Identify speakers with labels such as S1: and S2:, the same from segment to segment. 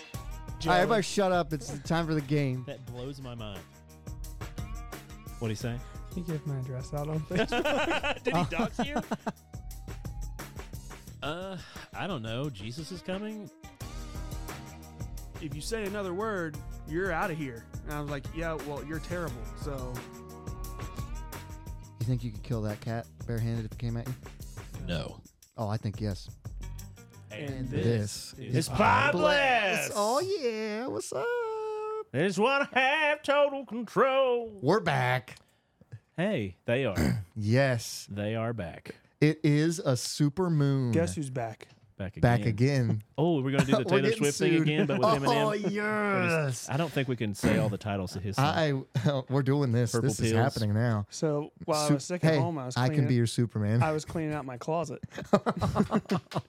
S1: All right,
S2: Joey.
S1: everybody, shut up! It's time for the game.
S2: that blows my mind. What do you say?
S3: He gave my address out on Facebook.
S2: Did he dox you? Uh, I don't know. Jesus is coming.
S4: If you say another word, you're out of here. And I was like, yeah, well, you're terrible. So
S1: You think you could kill that cat barehanded if it came at you?
S2: No.
S1: Oh, I think yes.
S4: And
S1: This
S2: is Pie Blast.
S1: Oh yeah, what's up?
S2: I just want to have total control.
S1: We're back.
S2: Hey, they are.
S1: Yes,
S2: they are back.
S1: it is a super moon.
S3: Guess who's back?
S2: Back again.
S1: back again.
S2: Oh, we're going to do the
S1: We're
S2: Taylor
S1: getting
S2: Swift thing
S1: sued.
S2: again, but with
S1: Oh
S2: Eminem.
S1: yes.
S2: I don't think we can say all the titles of his song.
S1: I we're doing this.
S2: Purple
S1: this is
S2: pills.
S1: happening now.
S3: So while I was
S1: Su-
S3: sick
S1: hey,
S3: at home, I was
S1: I
S3: cleaning,
S1: can be your Superman.
S3: I was cleaning out my closet.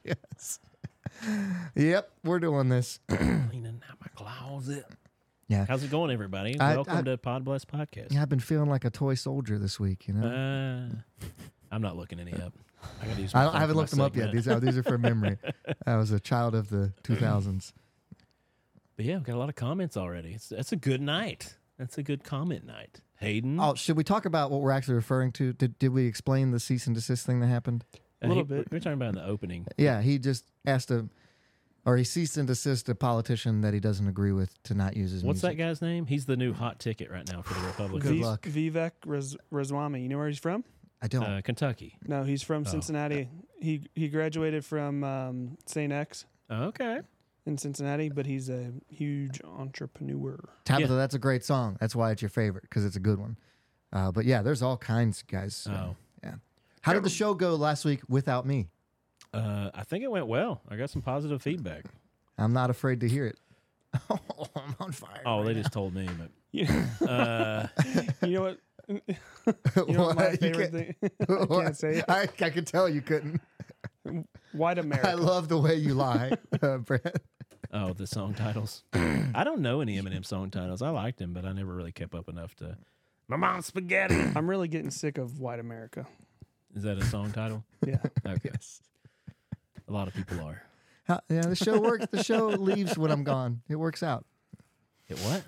S1: yes. yep, we're doing this.
S2: Cleaning out my closet.
S1: Yeah.
S2: How's it going, everybody?
S1: I-
S2: Welcome
S1: I-
S2: to Pod Bless Podcast.
S1: Yeah, I've been feeling like a toy soldier this week. You know,
S2: Uh, I'm not looking any up. I, gotta use my
S1: I, don't,
S2: phone
S1: I haven't
S2: for my
S1: looked them up yet.
S2: segment.
S1: These are these are from memory. I was a child of the 2000s.
S2: But yeah, we've got a lot of comments already. It's, that's a good night. That's a good comment night. Hayden.
S1: Oh, should we talk about what we're actually referring to? Did did we explain the cease and desist thing that happened?
S2: a
S3: little bit.
S2: We're talking about in the opening.
S1: Yeah, he just asked a, or he ceased and desist a politician that he doesn't agree with to not use his
S2: What's that
S1: music.
S2: guy's name? He's the new hot ticket right now for the Republicans.
S1: Good
S3: V-
S1: luck.
S3: Vivek Raz- Ramaswamy. You know where he's from?
S1: I don't.
S2: Uh, Kentucky.
S3: No, he's from
S2: Oh.
S3: Cincinnati. He he graduated from um, St. X
S2: Okay.
S3: in Cincinnati, but he's a huge entrepreneur.
S1: Tabitha, that's a great song. That's why it's your favorite because it's a good one. Uh, but yeah, there's all kinds, guys.
S2: Oh.
S1: yeah. How did the show go last week without me?
S2: Uh, I think it went well. I got some positive feedback.
S1: I'm not afraid to hear it. oh, I'm on fire.
S2: Oh, they just told me, but
S3: You,
S2: uh,
S3: you know what? You know what my favorite thing? I can't say it.
S1: I, I could tell you couldn't.
S3: White
S1: I
S3: America.
S1: love the way you lie, uh, Brett.
S2: oh, the song titles. I don't know any Eminem song titles. I liked him, but I never really kept up enough to. My mom's spaghetti.
S3: I'm really getting sick of White America.
S2: Is that a song title?
S3: Yeah.
S2: Okay. A lot of people are.
S1: How- yeah, the show works. The show leaves when I'm gone. It works out.
S2: It what?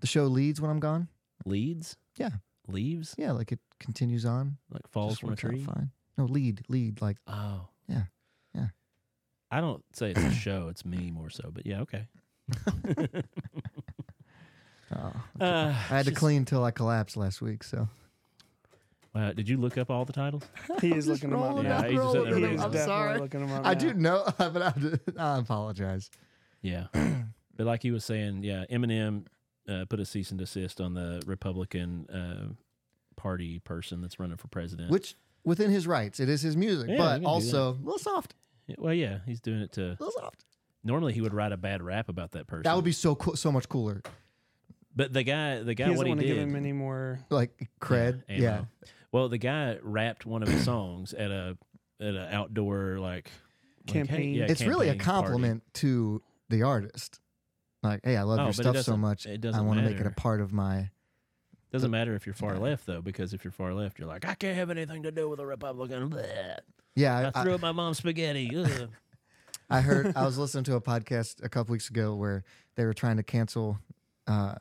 S1: The show leads when I'm gone.
S2: Leads?
S1: Yeah,
S2: Leaves?
S1: yeah, like it continues on.
S2: Like falls
S1: Just
S2: from a
S1: works out
S2: tree?
S1: Fine. No, lead, lead, like
S2: Oh.
S1: Yeah. Yeah.
S2: I don't say it's a show, it's me more so, but yeah, okay.
S1: oh.
S2: Uh,
S1: I had to clean till I collapsed last week, so
S2: Wow, uh, did you look up all the titles?
S3: He is looking him up.
S2: rolling
S3: now.
S2: out. he's just
S3: He
S2: rolling
S3: is
S2: I'm
S3: definitely looking
S2: Oh,
S3: him up.
S1: I
S3: now.
S1: do know, but I, I apologize.
S2: Yeah. but like you were saying, yeah, Eminem uh, put a cease and desist on the Republican uh, party person that's running for president.
S1: Which within his rights, it is his music,
S2: Yeah, you can
S1: but
S2: do
S1: also a little soft,
S2: Yeah, well, yeah, he's doing it to.
S1: a little soft.
S2: Normally, he would write a bad rap about that person.
S1: That would be so cool, so much cooler.
S2: But the guy, the
S3: He
S2: guy,
S3: doesn't
S2: what he
S3: want to
S2: did.
S3: give him any more.
S1: Like cred,
S2: Yeah,
S1: yeah.
S2: ammo. Well, the guy rapped one of his songs at a at an outdoor like like, hey-
S3: Campaign.
S2: yeah,
S1: It's really a
S2: campaign party.
S1: compliment to the artist. Like, hey, I love
S2: Oh, but
S1: your
S2: it
S1: stuff so
S2: doesn't-
S1: much.
S2: it doesn't
S1: I want to make it a
S2: matter.
S1: part of my.
S2: Doesn't matter if you're far left though, because if you're far left, you're like, I can't have anything to do with a Republican. Bleh.
S1: Yeah,
S2: I,
S1: I,
S2: threw at my mom's spaghetti. Ugh.
S1: I heard. I was listening to a podcast a couple weeks ago where they were trying to cancel. Uh,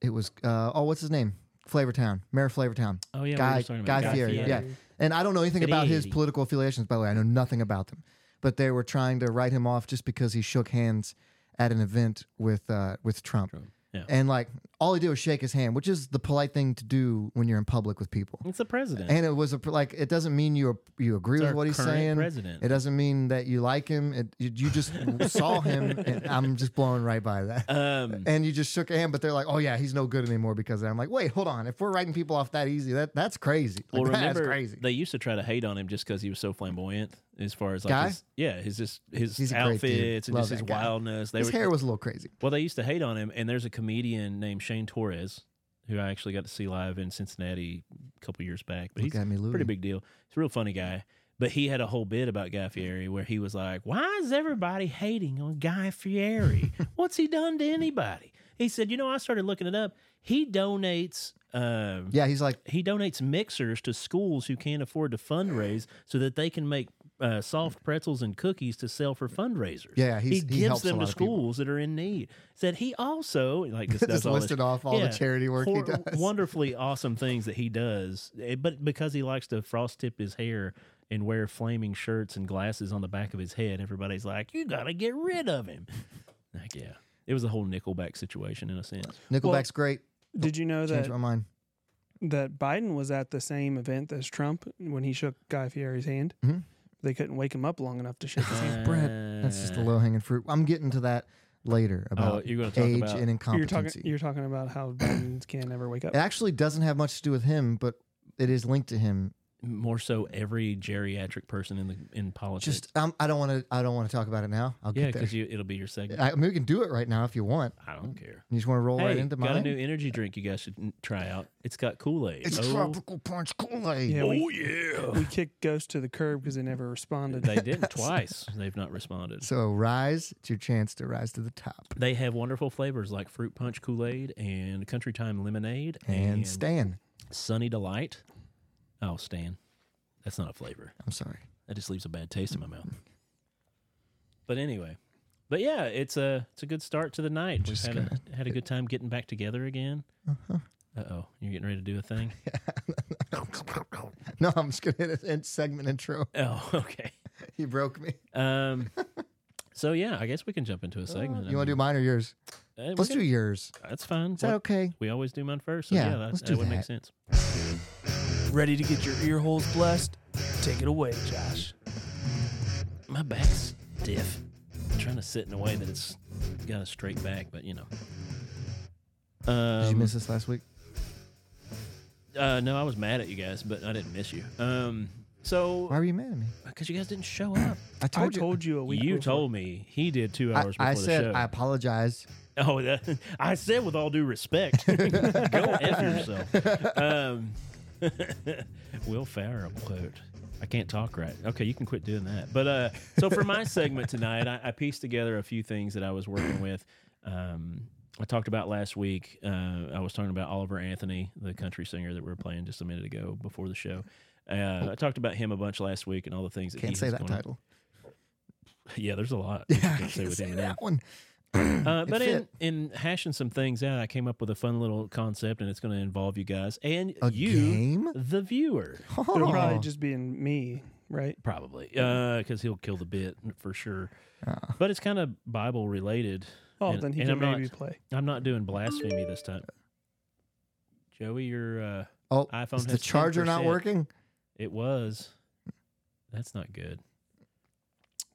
S1: it was uh, oh, what's his name? Flavortown, Mayor of Flavortown.
S2: Oh yeah, we were
S1: Guy,
S2: just talking
S1: Guy,
S2: about Guy
S1: Fieri.
S2: Fieri.
S1: Yeah. And I don't know anything about his
S2: Fieri.
S1: political affiliations, by the way. I know nothing about them. But they were trying to write him off just because he shook hands at an event with uh, with Trump.
S2: yeah.
S1: And like all he did was shake his hand, which is the polite thing to do when you're in public with people.
S2: it's the president.
S1: And it was a, like it doesn't mean you you agree
S2: It's
S1: with
S2: our
S1: what he's
S2: current
S1: saying.
S2: president.
S1: It doesn't mean that you like him. It, you, you just saw him, and I'm just blown right by that.
S2: um,
S1: and you just shook a hand, but they're like, "Oh yeah, he's no good anymore." Because I'm like, "Wait, hold on. If we're writing people off that easy, that that's crazy. Like,
S2: well,
S1: that's
S2: remember
S1: crazy."
S2: they used to try to hate on him just because he was so flamboyant. As far as like,
S1: Guy?
S2: His, yeah, his just his
S1: He's a great dude.
S2: outfits and
S1: Love
S2: just his
S1: that guy.
S2: wildness. They
S1: His
S2: were,
S1: hair was a little crazy.
S2: Well, they used to hate on him, and there's a comedian named Shane Torres who I actually got to see live in Cincinnati a couple years back. But
S1: Look
S2: he's
S1: at me,
S2: a
S1: Louie.
S2: pretty big deal. He's a real funny guy. But he had a whole bit about Guy Fieri where he was like, "Why is everybody hating on Guy Fieri? What's he done to anybody?" He said, "You know, I started looking it up. He donates." Um,
S1: Yeah, he's like,
S2: he donates mixers to schools who can't afford to fundraise so that they can make uh, soft pretzels and cookies to sell for fundraisers.
S1: Yeah, he's-
S2: he
S1: he
S2: gives
S1: helps a
S2: them
S1: lot
S2: to
S1: of people.
S2: schools that are in need. Said he also like this does
S1: Just
S2: all this-
S1: listed off all
S2: yeah,
S1: the charity work he
S2: hor-
S1: does.
S2: Wonderfully awesome things that he does, eh, but because he likes to frost tip his hair and wear flaming shirts and glasses on the back of his head, everybody's like, "You gotta get rid of him." Like, yeah, it was a whole Nickelback situation in a sense.
S1: Nickelback's great.
S3: Did you know
S1: Changed
S3: that
S1: my Oh, mind.
S3: that Biden was at the same event as Trump when he shook Guy Fieri's hand?
S1: Mhm.
S3: They couldn't wake him up long enough to shake his hand.
S1: Brad, That's
S2: Uh,
S1: just the low hanging fruit. I'm getting to that later
S2: Oh,
S1: about
S2: you're gonna talk
S1: age
S2: about
S1: and
S3: You're
S1: incompetency.
S3: talking. You're talking about how Biden can never wake up.
S1: it actually doesn't have much to do with him, but it is linked to him.
S2: more so every geriatric person in the in politics.
S1: Just um, I don't want to. I don't want to talk about it now. I'll
S2: yeah,
S1: get there.
S2: because you it'll be your segment.
S1: I, I mean, we can do it right now if you want.
S2: I don't care.
S1: You just want to roll
S2: Hey,
S1: right into
S2: got
S1: mine.
S2: a new energy drink you guys should n- try out. It's got Oh, Kool Aid.
S1: it's tropical punch Kool Aid.
S3: Yeah, we-
S2: oh yeah.
S3: we kicked Ghost to the curb because they never responded.
S2: they didn't twice. They've not responded.
S1: So rise. It's your chance to rise to the top.
S2: They have wonderful flavors like fruit punch Kool Aid and Country Time lemonade
S1: And, Stan.
S2: Sunny Delight. Oh, Stan, that's not a flavor.
S1: I'm sorry.
S2: That just leaves a bad taste in my mouth. But anyway, but yeah, it's a it's a good start to the night. We've
S1: Just Uh-huh.
S2: had a, had a good time getting back together again. Uh oh, you're getting ready to do a thing.
S1: no, I'm just gonna hit an end segment intro.
S2: oh, okay.
S1: You broke me.
S2: Um, so yeah, I guess we can jump into a segment.
S1: Uh, You want to do mine or yours?
S2: do?
S1: Let's do yours.
S2: That's fine.
S1: Is that
S2: What-
S1: okay?
S2: We always do mine first. So yeah,
S1: Yeah,
S2: that,
S1: let's
S2: that
S1: do
S2: would make
S1: that.
S2: sense.
S4: Ready to get your ear holes blessed? Take it away, Josh.
S2: My back's stiff. I'm trying to sit in a way that it's got a straight back, but you know. Um,
S1: Did you miss this last week?
S2: Uh, no, I was mad at you guys, but I didn't miss you. Um, so
S1: Why were you mad at me?
S2: because you guys didn't show up,
S1: I
S3: I
S1: told you.
S3: told you a week.
S2: you
S3: before.
S2: told me he did two hours before
S1: I, I
S2: the
S1: said
S2: show.
S1: I apologize.
S2: Oh, that, I said with all due respect, go f yourself. Um, Will Farrell quote. I can't talk right. Okay, you can quit doing that. But uh, so for my segment tonight, I, I pieced together a few things that I was working with. Um, I talked about last week. Uh, I was talking about Oliver Anthony, the country singer that we were playing just a minute ago before the show. Uh, I talked about him a bunch last week and all the things that he
S1: Can't say
S2: has
S1: that
S2: going on.
S1: title.
S2: Yeah, there's a lot. that you
S1: I
S2: can't say
S1: can't
S2: with
S1: say
S2: Eminem.
S1: that one.
S2: Uh, but in,
S1: fit.
S2: in hashing some things out, I came up with a fun little concept, and it's going to involve you guys and
S1: A
S2: you,
S1: game?
S2: the viewer,
S3: It'll probably
S1: Oh.
S3: just be in me, right?
S2: probably, because he'll kill the bit for sure.
S1: Ah.
S2: But it's kind of Bible related.
S3: Oh,
S2: And-
S3: then he
S2: and
S3: can
S2: I'm not-
S3: maybe play.
S2: I'm not doing blasphemy this time. Joey, your uh,
S1: oh,
S2: iPhone
S1: is the
S2: has
S1: charger not
S2: 10%.
S1: working?
S2: it was. That's not good.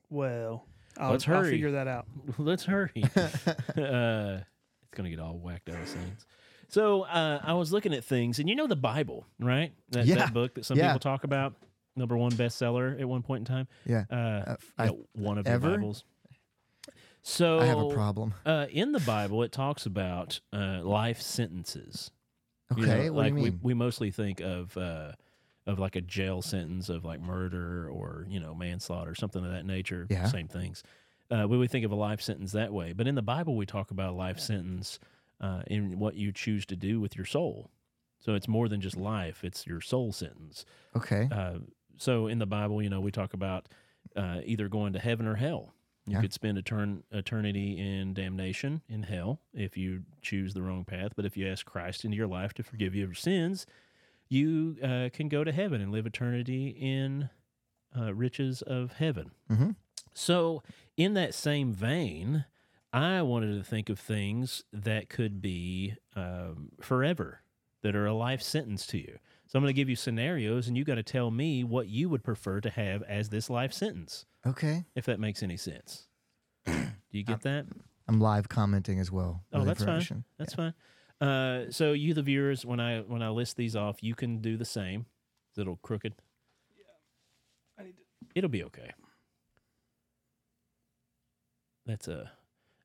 S3: Well, I'll,
S2: Let's
S3: I'll
S2: hurry.
S3: figure that out.
S2: Let's hurry. uh, it's gonna get all whacked out of scenes. So uh, I was looking at things, and you know the Bible, right? That,
S1: Yeah.
S2: that book that some
S1: Yeah.
S2: people talk about, number one bestseller at one point in time.
S1: Yeah.
S2: Uh,
S1: f-
S2: you
S1: I-
S2: know, one of the
S1: ever?
S2: Bibles. So
S1: I have a problem.
S2: Uh, in the Bible, it talks about uh, life sentences.
S1: Okay,
S2: You know,
S1: what
S2: like
S1: do you mean?
S2: We, we mostly think of uh, of like a jail sentence of like murder or you know manslaughter, something of that nature.
S1: Yeah.
S2: Same things. Uh, we would think of a life sentence that way, but in the Bible, we talk about a life sentence uh, in what you choose to do with your soul. So it's more than just life; it's your soul sentence.
S1: okay,
S2: Uh, so in the Bible, you know, we talk about uh, either going to heaven or hell. You
S1: Yeah.
S2: could spend etern- eternity in damnation in hell if you choose the wrong path. But if you ask Christ into your life to forgive you of your sins, you uh, can go to heaven and live eternity in uh, riches of heaven.
S1: Mhm.
S2: So, in that same vein, I wanted to think of things that could be um, forever, that are a life sentence to you. So I'm going to give you scenarios, and you got to tell me what you would prefer to have as this life sentence,
S1: okay.
S2: if that makes any sense. Do you get that?
S1: I'm live commenting as well.
S2: Oh,
S1: with
S2: that's fine.
S1: information.
S2: That's fine. Uh, so you, the viewers, when I when I list these off, you can do the same. It's a little crooked.
S4: I need to-
S2: It'll be okay. That's a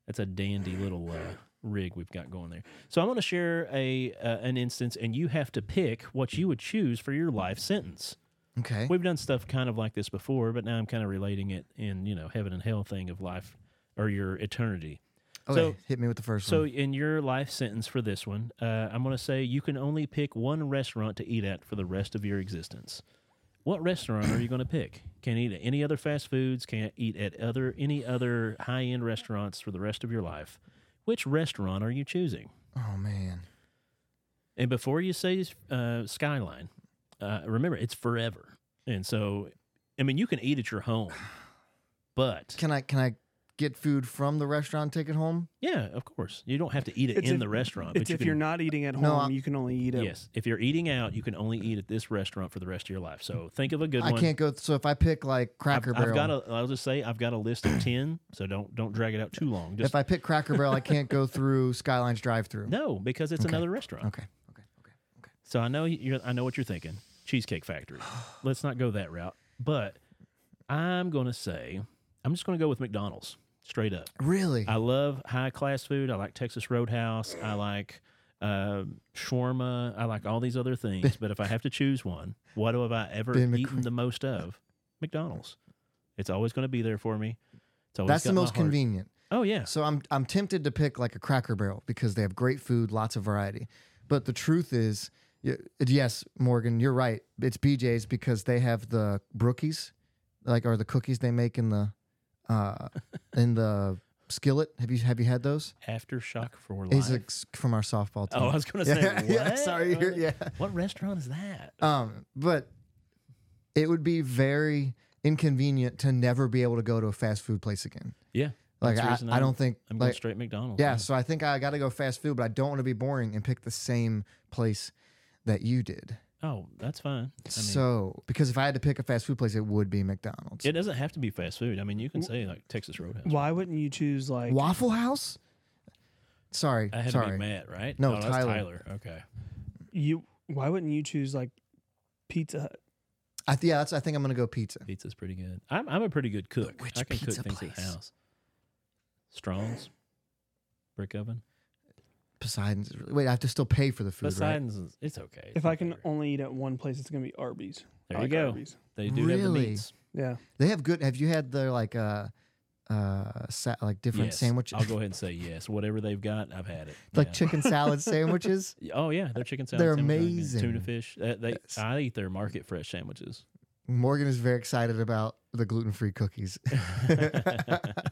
S2: that's a dandy little uh, rig we've got going there. So I'm going to share a uh, an instance, and you have to pick what you would choose for your life sentence.
S1: Okay,
S2: We've done stuff kind of like this before, but now I'm kind of relating it in you know heaven and hell thing of life or your eternity.
S1: okay.
S2: so-
S1: Hit me with the first
S2: So
S1: one.
S2: in your life sentence for this one, uh, I'm going to say you can only pick one restaurant to eat at for the rest of your existence. What restaurant are you going to pick? Can't eat at any other fast foods. Can't eat at other any other high end restaurants for the rest of your life. Which restaurant are you choosing?
S1: Oh man.
S2: And before you say uh, Skyline, uh, remember it's forever. And so, I mean, you can eat at your home, but
S1: Can I can I get food from the restaurant, take it home?
S2: yeah, of course, you don't have to eat it
S4: It's
S2: in
S4: if-
S2: the restaurant.
S4: It's
S2: but you
S4: if
S2: can,
S4: you're not eating at home,
S1: No, I-
S4: you can only eat at
S2: Yes, if you're eating out, you can only eat at this restaurant for the rest of your life. So think of a good
S1: I
S2: one.
S1: can't go. So if I pick like
S2: I've,
S1: Cracker
S2: I've
S1: Barrel,
S2: got a. I'll just say I've got a list of ten. So don't don't drag it out too long. Just
S1: if I pick Cracker Barrel, I can't go through Skyline's drive-through.
S2: no, because it's
S1: Okay.
S2: another restaurant.
S1: Okay. Okay. Okay.
S2: So I know you're. I know what you're thinking. Cheesecake Factory. Let's not go that route. But I'm gonna say I'm just gonna go with McDonald's straight up.
S1: Really?
S2: I love high class food. I like Texas Roadhouse. I like uh, shawarma. I like all these other things. But if I have to choose one, what have I ever
S1: Ben
S2: eaten
S1: McCre-
S2: the most of? McDonald's. It's always going to be there for me. It's always
S1: That's the
S2: got my
S1: most
S2: heart.
S1: convenient.
S2: Oh yeah,
S1: So I'm I'm tempted to pick like a Cracker Barrel because they have great food, lots of variety. But the truth is, y- yes, Morgan, you're right. It's BJ's because they have the brookies, like are the cookies they make in the uh in the skillet. Have you have you had those?
S2: aftershock for life.
S1: It's like s- from our softball team.
S2: oh, I was going to say
S1: yeah,
S2: what?
S1: yeah, sorry. you're- yeah.
S2: What restaurant is that?
S1: Um, but it would be very inconvenient to never be able to go to a fast food place again.
S2: Yeah,
S1: Like
S2: that's the
S1: I,
S2: reason
S1: I don't think
S2: I'm going
S1: like
S2: straight McDonald's.
S1: yeah, so I think I got to go fast food, but I don't want to be boring and pick the same place that you did.
S2: Oh, that's fine. I mean,
S1: so because if I had to pick a fast food place, it would be McDonald's.
S2: it doesn't have to be fast food. I mean, you can say like Texas Roadhouse.
S4: Why wouldn't you choose like
S1: Waffle House. Sorry,
S2: I had to be
S1: sorry.
S2: Matt, right?
S1: No,
S2: oh, That's
S1: Tyler.
S2: Tyler. Okay.
S4: you? Why wouldn't you choose like Pizza Hut?
S1: I th- yeah, that's, I think I'm gonna go pizza.
S2: Pizza's pretty good. I'm, I'm a pretty good cook.
S1: which
S2: I can
S1: pizza
S2: cook things at the
S1: place?
S2: house. Strong's, brick oven.
S1: Poseidon's is really wait. I have to still pay for the food. Right?
S2: Poseidon's, is- it's okay. It's
S4: If
S2: my
S4: I can
S2: favorite.
S4: only eat at one place, it's gonna be Arby's.
S2: there
S4: I
S2: you
S4: like
S2: go.
S4: Arby's.
S2: They do have the
S1: Really?
S2: meats.
S4: Yeah,
S1: They have good. Have you had their like uh uh sa- like different
S2: Yes.
S1: sandwiches?
S2: I'll go ahead and say yes. Whatever they've got, I've had it.
S1: like
S2: Yeah.
S1: chicken salad sandwiches.
S2: Oh yeah, their chicken salad.
S1: They're
S2: sandwich,
S1: amazing.
S2: Tuna fish. Uh, they,
S1: Yes.
S2: I eat their market fresh sandwiches.
S1: Morgan is very excited about the gluten free cookies.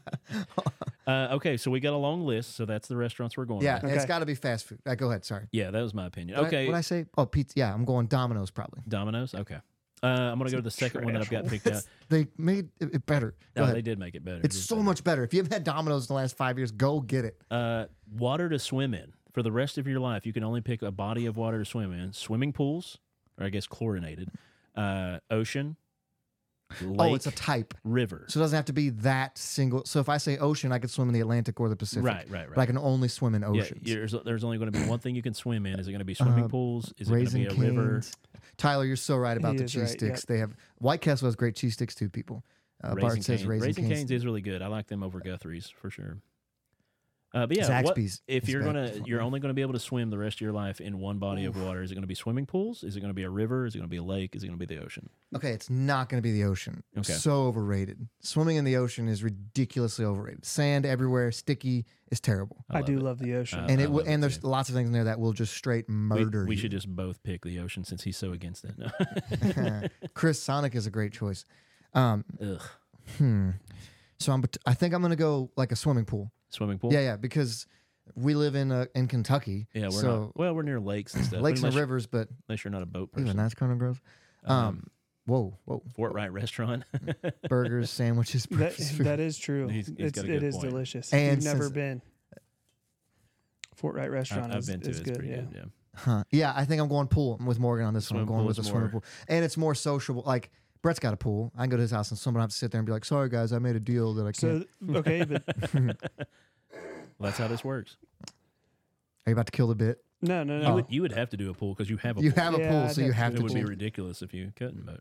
S2: Uh, okay, so we got a long list. So that's the restaurants we're going.
S1: yeah,
S2: with.
S1: it's
S4: Okay.
S1: got to be fast food. Uh, go ahead. Sorry.
S2: yeah, that was my opinion.
S1: Did I-
S2: okay,
S1: What I say? Oh, pizza. Yeah, I'm going Domino's probably.
S2: Domino's. Okay, uh, I'm gonna go to the second one that I've got picked out.
S1: They made it it better.
S2: No,
S1: Go ahead.
S2: they did make it better.
S1: It's
S2: didn't
S1: so
S2: they?
S1: much better. If you haven't had Domino's in the last five years, go get it.
S2: Uh, water to swim in for the rest of your life. You can only pick a body of water to swim in. Swimming pools, or I guess chlorinated, uh, ocean, lake,
S1: Oh, it's a type.
S2: river.
S1: So it doesn't have to be that single. So if I say ocean, I could swim in the Atlantic or the Pacific.
S2: right, right,
S1: But I
S2: right.
S1: can only swim in
S2: Yeah,
S1: oceans.
S2: there's, there's only going to be one thing you can swim in. Is it going to be swimming
S1: Uh,
S2: pools? Is it going to
S1: Raisin
S2: be a river?
S1: canes. Tyler, you're so right about
S4: He
S1: the
S4: is
S1: cheese
S4: right,
S1: sticks. They have White Castle has great cheese sticks too. People, uh, Bart
S2: Raising
S1: says
S2: Cane's.
S1: raisin,
S2: Raising
S1: canes.
S2: Cane's is really good. I like them over Guthrie's for sure. Uh, but yeah, what,
S1: Zaxby's.
S2: if
S1: is
S2: you're
S1: back.
S2: gonna, you're only gonna be able to swim the rest of your life in one body of water. Is it gonna be swimming pools? Is it gonna be a river? Is it gonna be a lake? Is it gonna be the ocean?
S1: Okay, it's not going to be the ocean.
S2: Okay.
S1: So overrated. Swimming in the ocean is ridiculously overrated. Sand everywhere, sticky, is terrible.
S4: I, do
S2: it.
S4: love the ocean.
S2: Uh,
S1: And
S2: I
S1: it will,
S2: love it
S1: and there's
S2: too.
S1: lots of things in there that will just straight
S2: We-
S1: murder
S2: We,
S1: you.
S2: should just both pick the ocean since he's so against it. No.
S1: Chris Sonic is a great choice. Um,
S2: Ugh.
S1: hmm. So I'm bet- I think I'm going to go like a swimming pool.
S2: Swimming pool.
S1: Yeah, yeah, because we live in uh, in Kentucky.
S2: Yeah, we're
S1: so
S2: not. Well, we're near lakes and stuff. but
S1: lakes and
S2: unless,
S1: rivers, but
S2: unless you're not a boat person.
S1: even that's kind of gross. Um,
S2: Um,
S1: whoa, whoa.
S2: Fort Wright restaurant.
S1: Burgers, sandwiches,
S4: that,
S1: breakfast food.
S4: that is true.
S2: He's- he's
S4: it's,
S2: got a
S4: it
S2: good
S4: is
S2: point.
S4: delicious.
S1: And
S4: You've never
S1: since-
S4: been. Fort Wright
S2: I,
S4: Restaurant.
S2: I've
S4: is,
S2: been to.
S4: is
S2: It's
S4: good.
S2: pretty
S4: yeah.
S2: good. Yeah.
S1: Huh. Yeah, I think I'm going pool with Morgan on this one. I'm
S2: Swimming
S1: going
S2: pool
S1: with a
S2: is
S1: swimming
S2: more-
S1: pool. And it's more sociable. Like, Brett's got a pool. I can go to his house and someone have to sit there and be like, sorry, guys, I made a deal that I can't.
S4: So okay, but
S2: Well, that's how this works.
S1: Are you about to kill the bit?
S4: no, no, no.
S2: You
S1: Oh.
S2: would, you would have to do a pool because you have a
S1: you
S2: pool.
S1: have a
S4: Yeah,
S1: pool,
S4: I'd
S1: so you
S4: have
S1: have
S2: it
S1: to
S2: would be
S1: pool.
S2: ridiculous if you couldn't, but,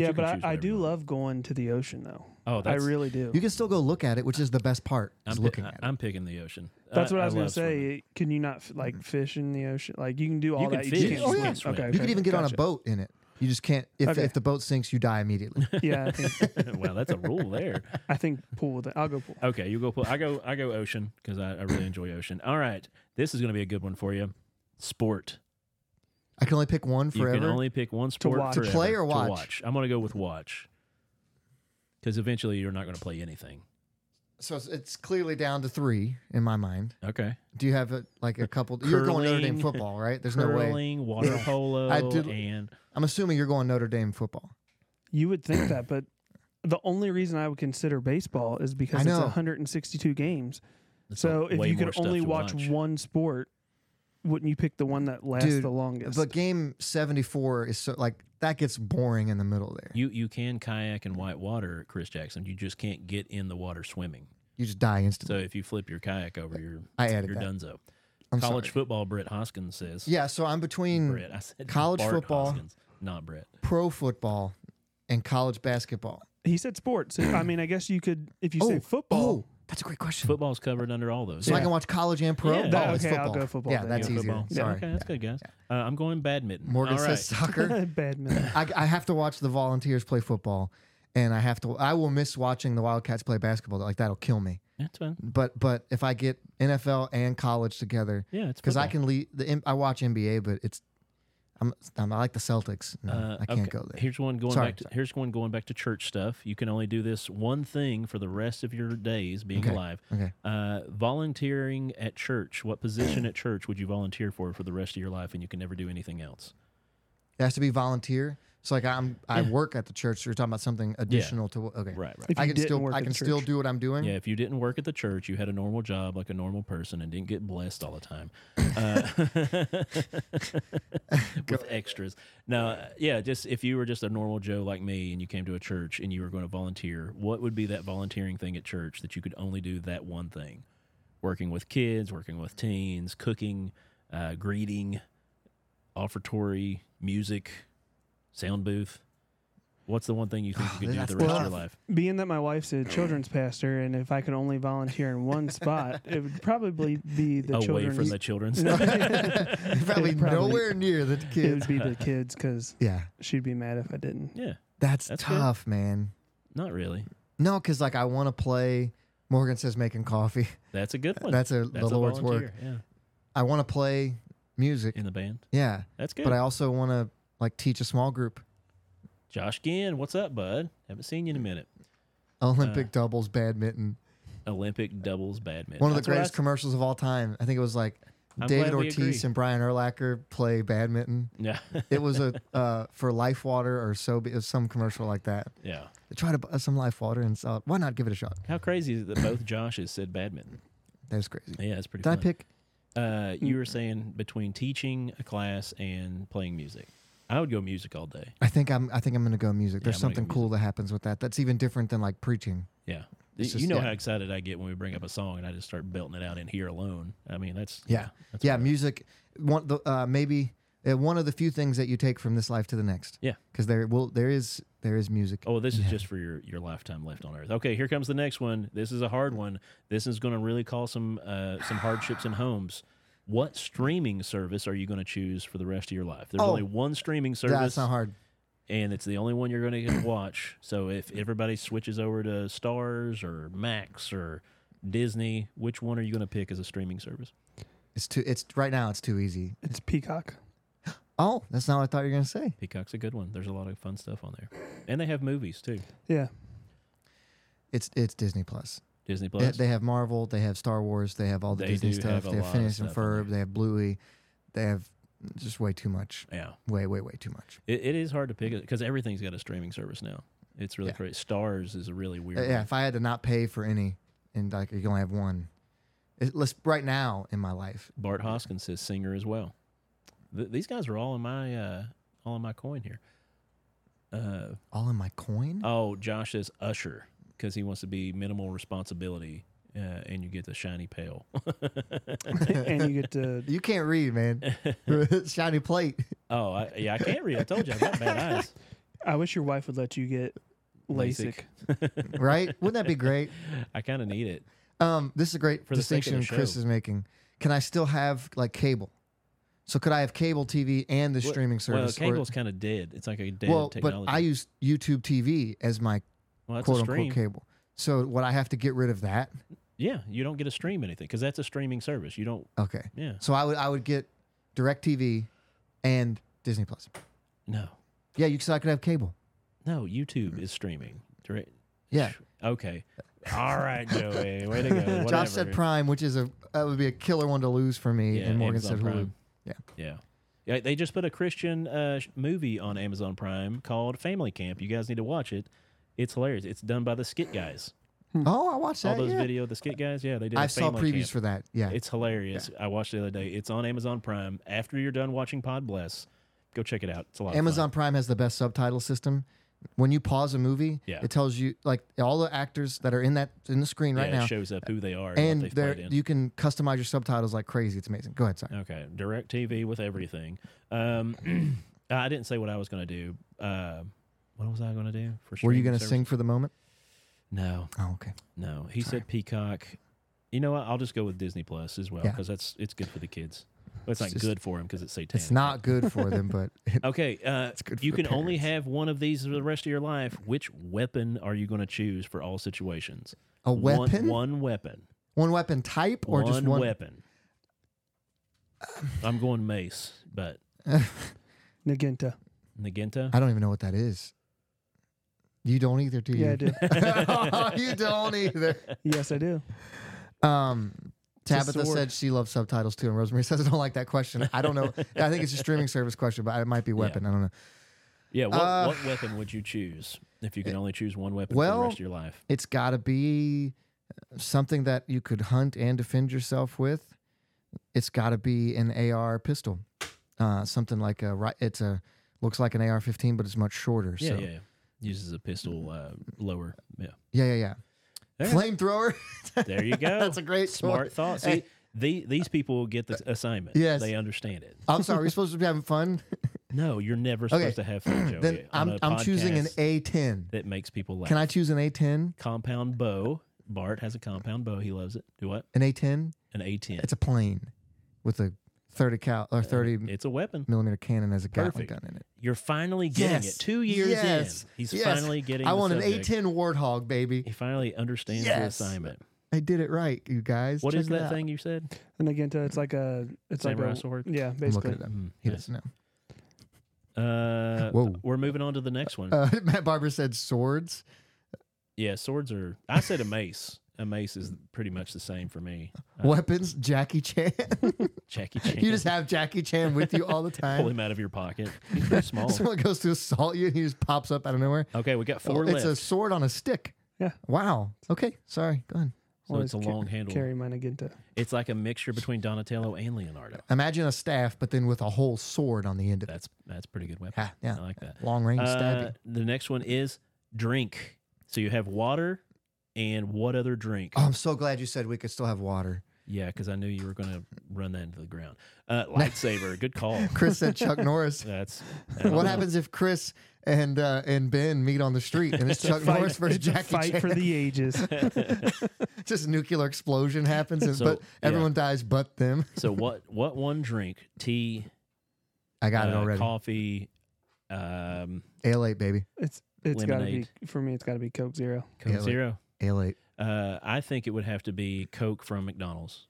S4: yeah,
S2: you can
S4: but
S2: choose
S4: I, I
S2: whatever
S4: do
S2: you want.
S4: love going to the ocean though.
S2: Oh,
S4: I
S2: that's
S4: really do.
S1: You can still go look at it, which is the best part.
S2: I'm
S1: Is
S2: pi-
S1: looking
S2: I-
S1: at it.
S2: I'm picking the ocean.
S4: That's what I, was gonna
S2: love
S4: say.
S2: swimming.
S4: Can you not f- like fish in the ocean? Like you can do all
S2: can
S4: that.
S2: fish.
S4: You can't
S1: Mm-hmm. Oh,
S4: swim.
S1: yeah.
S2: Swim.
S4: Okay,
S1: you can even get on a boat in it. You just can't. If,
S4: Okay.
S1: if the boat sinks, you die immediately.
S4: yeah, I think,
S2: wow, that's a rule there.
S4: I think pool. Then. I'll go pool.
S2: Okay, you go pool. I go. I go ocean because I, I really enjoy ocean. All right, this is gonna be a good one for you. Sport.
S1: I can only pick one
S2: You can
S1: forever.
S2: only pick one sport
S4: watch.
S1: To
S2: forever
S1: play or watch?
S2: I'm gonna go with watch because eventually you're not gonna play anything.
S1: so it's, it's clearly down to three in my mind.
S2: Okay,
S1: Do you have a, like a couple? You're going Notre
S2: Curling.
S1: Dame football, right? There's no way.
S2: curling, water polo,
S1: I did-
S2: and
S1: I'm assuming you're going Notre Dame football.
S3: You would think that, but the only reason I would consider baseball is because it's
S1: know.
S3: 162 games.
S2: that's
S3: so
S2: like
S3: if
S2: way
S3: you
S2: more
S3: could
S2: stuff
S3: only
S2: to
S3: watch, one sport, wouldn't you pick the one that lasts
S1: Dude,
S3: the longest?
S1: But game 74 is so like that gets boring in the middle there.
S2: you you can kayak in white water, Chris Jackson. You just can't get in the water swimming.
S1: You just die instantly.
S2: So if you flip your kayak over, you're
S1: I added
S2: you're
S1: that.
S2: donezo.
S1: I'm
S2: College
S1: sorry.
S2: football, Brett Hoskins says.
S1: Yeah, so I'm between
S2: Brett. I said
S1: College
S2: Bart
S1: football.
S2: Hoskins, not Brett.
S1: pro football and college basketball.
S3: he said sports. I mean, I guess you could if you say football.
S1: Oh, that's a great question.
S2: Football's covered under all those.
S1: So I can watch college and pro.
S2: Yeah.
S3: That-
S1: oh, it's
S3: okay, I'll
S1: football.
S3: go football
S1: Yeah,
S3: then.
S1: that's
S2: Yeah,
S1: easier.
S2: football.
S1: Sorry.
S2: Okay, that's good, guys. Uh, I'm going badminton.
S1: Morgan
S2: All right.
S1: says soccer.
S3: Badminton.
S1: I, I have to watch the Volunteers play football, and I have to. I will miss watching the Wildcats play basketball. Like that'll kill me.
S2: That's fine.
S1: But but if I get NFL and college together,
S2: Yeah, it's
S1: because I
S2: football.
S1: can lead. The, M- I watch NBA, but it's. I'm, I'm I like the Celtics. No,
S2: Uh,
S1: I can't
S2: okay,
S1: go there.
S2: Here's one going
S1: Sorry,
S2: back. To, here's one going back to church stuff. You can only do this one thing for the rest of your days being
S1: Okay.
S2: alive.
S1: Okay.
S2: Uh, volunteering at church. What position at church would you volunteer for for the rest of your life, and you can never do anything else?
S1: It has to be volunteer. So like I'm I
S2: Yeah.
S1: work at the church. So you're talking about something additional to what? Okay.
S2: Right, right.
S3: If
S1: I
S3: you
S1: can
S3: didn't
S1: still
S3: work
S1: I
S3: at
S1: can
S3: the
S1: still
S3: church.
S1: do what I'm doing.
S2: Yeah, if you didn't work at the church, you had a normal job like a normal person and didn't get blessed all the time uh, with extras. Now, uh, yeah, just if you were just a normal Joe like me and you came to a church and you were going to volunteer, what would be that volunteering thing at church that you could only do that one thing? Working with kids, working with teens, cooking, uh, greeting, offertory, music, sound booth. What's the one thing you think
S1: Oh,
S2: you could do
S1: that's
S2: the rest of your
S1: tough.
S2: life?
S3: Being that my wife's a children's pastor, and if I could only volunteer in one spot, it would probably be the
S2: Away
S3: children's.
S2: from the children's.
S1: Probably,
S3: It'd probably-
S1: nowhere near the
S3: it
S1: kids.
S3: would be the kids because
S1: Yeah,
S3: she'd be mad if I didn't.
S2: yeah,
S1: that's,
S2: That's good.
S1: tough, man.
S2: not really.
S1: No, because like I want to play. Morgan says making coffee.
S2: That's a good one.
S1: That's a
S2: That's
S1: the
S2: a
S1: Lord's work.
S2: volunteer, Yeah,
S1: I want to play music.
S2: in the band.
S1: Yeah,
S2: That's good.
S1: but I also want to like teach a small group.
S2: Josh Ginn, what's up, bud? Haven't seen you in a minute.
S1: Olympic
S2: Uh,
S1: doubles badminton.
S2: Olympic doubles badminton.
S1: One of the
S2: That's what I
S1: greatest
S2: s-
S1: commercials of all time. I think it was like
S2: I'm
S1: David
S2: glad we
S1: Ortiz
S2: agree.
S1: and Brian Erlacher play badminton.
S2: yeah,
S1: It was a uh, for Life Water or so it was some commercial like that.
S2: yeah.
S1: They tried to buy some Life Water and saw why not give it a shot.
S2: How crazy is it that both Joshes said badminton?
S1: That's crazy.
S2: Yeah, that's pretty.
S1: Did I
S2: fun.
S1: pick?
S2: Uh, you were saying between teaching a class and playing music. I would go music all day.
S1: I think I'm. I think I'm gonna go music.
S2: Yeah,
S1: There's
S2: I'm gonna go
S1: something cool that happens with that. That's even different than like preaching.
S2: Yeah.
S1: It's
S2: you
S1: just-
S2: know
S1: yeah.
S2: how excited I get when we bring up a song and I just start belting it out in here alone. I mean, that's
S1: Yeah,
S2: that's
S1: yeah.
S2: what I-
S1: Music. One. The, uh, maybe uh, one of the few things that you take from this life to the next.
S2: Yeah.
S1: Because there will there is there is music.
S2: Oh, this is just for your, your lifetime left on earth. Okay, here comes the next one. This is a hard one. This is going to really cause some uh, some hardships in homes. What streaming service are you going to choose for the rest of your life? There's
S1: Oh.
S2: only one streaming service,
S1: That's not hard.
S2: and it's the only one you're going to watch. So if everybody switches over to Stars or Max or Disney, which one are you going to pick as a streaming service?
S1: It's too. It's right now. It's too easy.
S3: It's Peacock.
S1: Oh, that's not what I thought you were gonna say.
S2: Peacock's a good one. There's a lot of fun stuff on there, and they have movies too.
S3: Yeah,
S1: It's it's Disney Plus.
S2: Disney
S1: They,
S2: Plus.
S1: they have Marvel. They have Star Wars. They have all the
S2: They
S1: Disney
S2: do have
S1: stuff.
S2: a
S1: They have
S2: lot of
S1: Phineas and
S2: stuff on
S1: Ferb. They have Bluey. They have just way too much.
S2: yeah.
S1: Way way way too much.
S2: It, it is hard to pick because everything's got a streaming service now. It's really
S1: Yeah.
S2: crazy. Stars is a really weird.
S1: Uh, yeah,
S2: one.
S1: if I had to not pay for any, and like you can only have one, it, let's right now in my life,
S2: Bart Hoskins says singer as well. Th- these guys are all in my uh, all in my coin here. Uh,
S1: all in my coin.
S2: oh, Josh says usher because he wants to be minimal responsibility, uh, and you get the shiny pail.
S3: and you get to.
S1: you can't read, man. Shiny plate.
S2: oh, I, yeah, I can't read. I told you I got bad eyes.
S3: I wish your wife would let you get LASIK.
S2: LASIK.
S1: right? Wouldn't that be great?
S2: I kind of need it.
S1: Um, this is a great
S2: For the sake of the
S1: distinction Chris
S2: show.
S1: is making. Can I still have like cable? So could I have cable TV and the
S2: Well-
S1: streaming service?
S2: well,
S1: or-
S2: cable's kind of dead. It's like a dead
S1: well,
S2: technology.
S1: but I use YouTube TV as my
S2: well, that's a
S1: quote unquote
S2: stream.
S1: cable. So would I have to get rid of that?
S2: Yeah, you don't get to stream anything because that's a streaming service. You don't.
S1: Okay.
S2: Yeah.
S1: So I would I would get Direct TV and Disney Plus.
S2: No,
S1: Yeah, you so I could have cable.
S2: no, YouTube is streaming. Direct.
S1: Yeah.
S2: Okay. All right, Joey. Way to go. Whatever.
S1: Josh said Prime, which is a that would be a killer one to lose for me,
S2: Yeah,
S1: and Morgan
S2: Amazon
S1: said Hulu.
S2: Prime. Yeah. Yeah, they just put a Christian uh, sh- movie on Amazon Prime called Family Camp. You guys need to watch it. It's hilarious. It's done by the Skit Guys.
S1: Oh, I watched that.
S2: All those
S1: yeah.
S2: video of the Skit Guys. Yeah, they did. a
S1: I saw
S2: Family
S1: previews
S2: Camp.
S1: for that. Yeah,
S2: It's hilarious. I watched it the other day. It's on Amazon Prime. After you're done watching Pod Bless, go check it out. It's a lot. of fun.
S1: Amazon Prime has the best subtitle system. When you pause a movie,
S2: Yeah.
S1: it tells you like all the actors that are in that in the screen right
S2: yeah,
S1: now,
S2: it shows up who they are and what
S1: and
S2: they've
S1: there
S2: played in.
S1: you can customize your subtitles like crazy. It's amazing. Go ahead, sorry.
S2: Okay, Direct TV with everything. Um, I didn't say what I was going to do. Uh, what was I going to do for?
S1: Were you
S2: streaming
S1: going to
S2: service?
S1: sing for the moment?
S2: No,
S1: Oh, okay.
S2: no. He said Peacock. You know what? I'll just go with Disney Plus as well
S1: Yeah.
S2: because that's it's good for the kids. Well, it's, not
S1: just-
S2: good for them because it's satanic.
S1: It's not good for them, but it,
S2: Okay, uh,
S1: good for
S2: you
S1: the
S2: can only have
S1: parents.
S2: one of these for the rest of your life. Which weapon are you going to choose for all situations?
S1: a
S2: One-
S1: weapon,
S2: One,
S1: one,
S2: weapon.
S1: weapon type, or
S2: one
S1: just one.
S2: weapon. I'm going mace, but
S3: Naginta.
S2: Naginta.
S1: I don't even know what that is. You don't either, do you?
S3: Yeah, I do.
S1: you don't either.
S3: yes, I do.
S1: Um,
S3: a
S1: Tabitha
S3: sword.
S1: said she loves subtitles too, and Rosemary says I don't like that question. I don't know. I think it's a streaming service question, but it might be weapon. I don't know.
S2: Yeah, what,
S1: Uh,
S2: what weapon would you choose if you could only choose one weapon for
S1: well,
S2: the rest of your life?
S1: It's got to be uh, something that you could hunt and defend yourself with. It's got to be an AR pistol, uh, something like a. ri- It's a looks like an AR-15, but it's much shorter.
S2: Yeah,
S1: so.
S2: yeah, yeah. Uses a pistol uh, lower. Yeah.
S1: yeah, yeah, yeah.
S2: There,
S1: Flamethrower.
S2: there you go.
S1: That's a great
S2: smart
S1: choice.
S2: thought. See,
S1: Hey.
S2: the, these people get the assignment.
S1: Yes.
S2: they understand it.
S1: I'm sorry. We're supposed to be having fun.
S2: No, you're never
S1: Okay,
S2: supposed to have fun, Joey.
S1: then
S2: on
S1: I'm
S2: a
S1: I'm choosing an
S2: podcast
S1: A10.
S2: that makes people laugh.
S1: Can I choose an A10?
S2: compound bow. Bart has a compound bow. He loves it. Do what?
S1: An A10?
S2: An A10.
S1: It's a plane with a 30 cal or 30
S2: It's a weapon.
S1: millimeter cannon as a Gatling
S2: Perfect.
S1: gun in it.
S2: You're finally getting it. Two years
S1: Yes.
S2: in, he's
S1: Yes.
S2: finally getting.
S1: I
S2: the
S1: want
S2: subject.
S1: an A10 Warthog, baby.
S2: He finally understands the
S1: Yes.
S2: assignment.
S1: I did it right, you guys.
S2: What
S1: Check
S2: is
S1: it
S2: that
S1: out.
S2: thing you said?
S3: And Naginta, it's like a it's
S2: Samurai
S3: like a
S2: sword?
S3: Yeah,
S1: I'm looking
S3: basically.
S1: it up.
S2: Mm,
S1: Mm-hmm. He
S2: yeah.
S1: doesn't know.
S2: Uh,
S1: Whoa.
S2: We're moving on to the next one.
S1: Uh, Matt Barber said swords.
S2: yeah, swords are. I said a mace. A mace is pretty much the same for me. Uh,
S1: Weapons, Jackie Chan.
S2: Jackie Chan.
S1: you just have Jackie Chan with you all the
S2: pull
S1: time.
S2: him out of your pocket. He's pretty small.
S1: Someone goes to assault you and he just pops up out of nowhere.
S2: Okay, we got four
S1: Oh, it's
S2: left.
S1: a sword on a stick.
S3: Yeah.
S1: Wow. Okay. Sorry. Go ahead.
S2: so
S3: Always
S2: it's a
S3: ca-
S2: long handle.
S3: Carry my Naginta.
S2: It's like a mixture between Donatello and Leonardo.
S1: Imagine a staff, but then with a whole sword on the end of it.
S2: That's that's a pretty good weapon.
S1: Yeah. yeah.
S2: I like that.
S1: Long range stabbing.
S2: Uh, the next one is drink. So you have water and what other drink?
S1: Oh, I'm so glad you said we could still have water.
S2: Yeah, because I knew you were going to run that into the ground. Uh, lightsaber, good call.
S1: Chris said Chuck Norris.
S2: That's I don't
S1: what
S2: know.
S1: happens if Chris and uh, and Ben meet on the street and it's Chuck
S3: Fight-
S1: Norris versus
S3: it's a
S1: Jackie
S3: Fight
S1: Chan?
S3: for the ages.
S1: Just nuclear explosion happens, and,
S2: So,
S1: but
S2: yeah.
S1: everyone dies but them.
S2: So what? What one drink? Tea,
S1: I got it
S2: uh,
S1: already.
S2: coffee, um,
S1: Ale8, baby.
S3: It's it's got to be
S2: Lemonade.
S3: for me. It's got to be Coke Zero.
S2: Coke
S1: Yeah, like-
S2: Zero.
S1: Ale8.
S2: Uh, I think it would have to be Coke from McDonald's,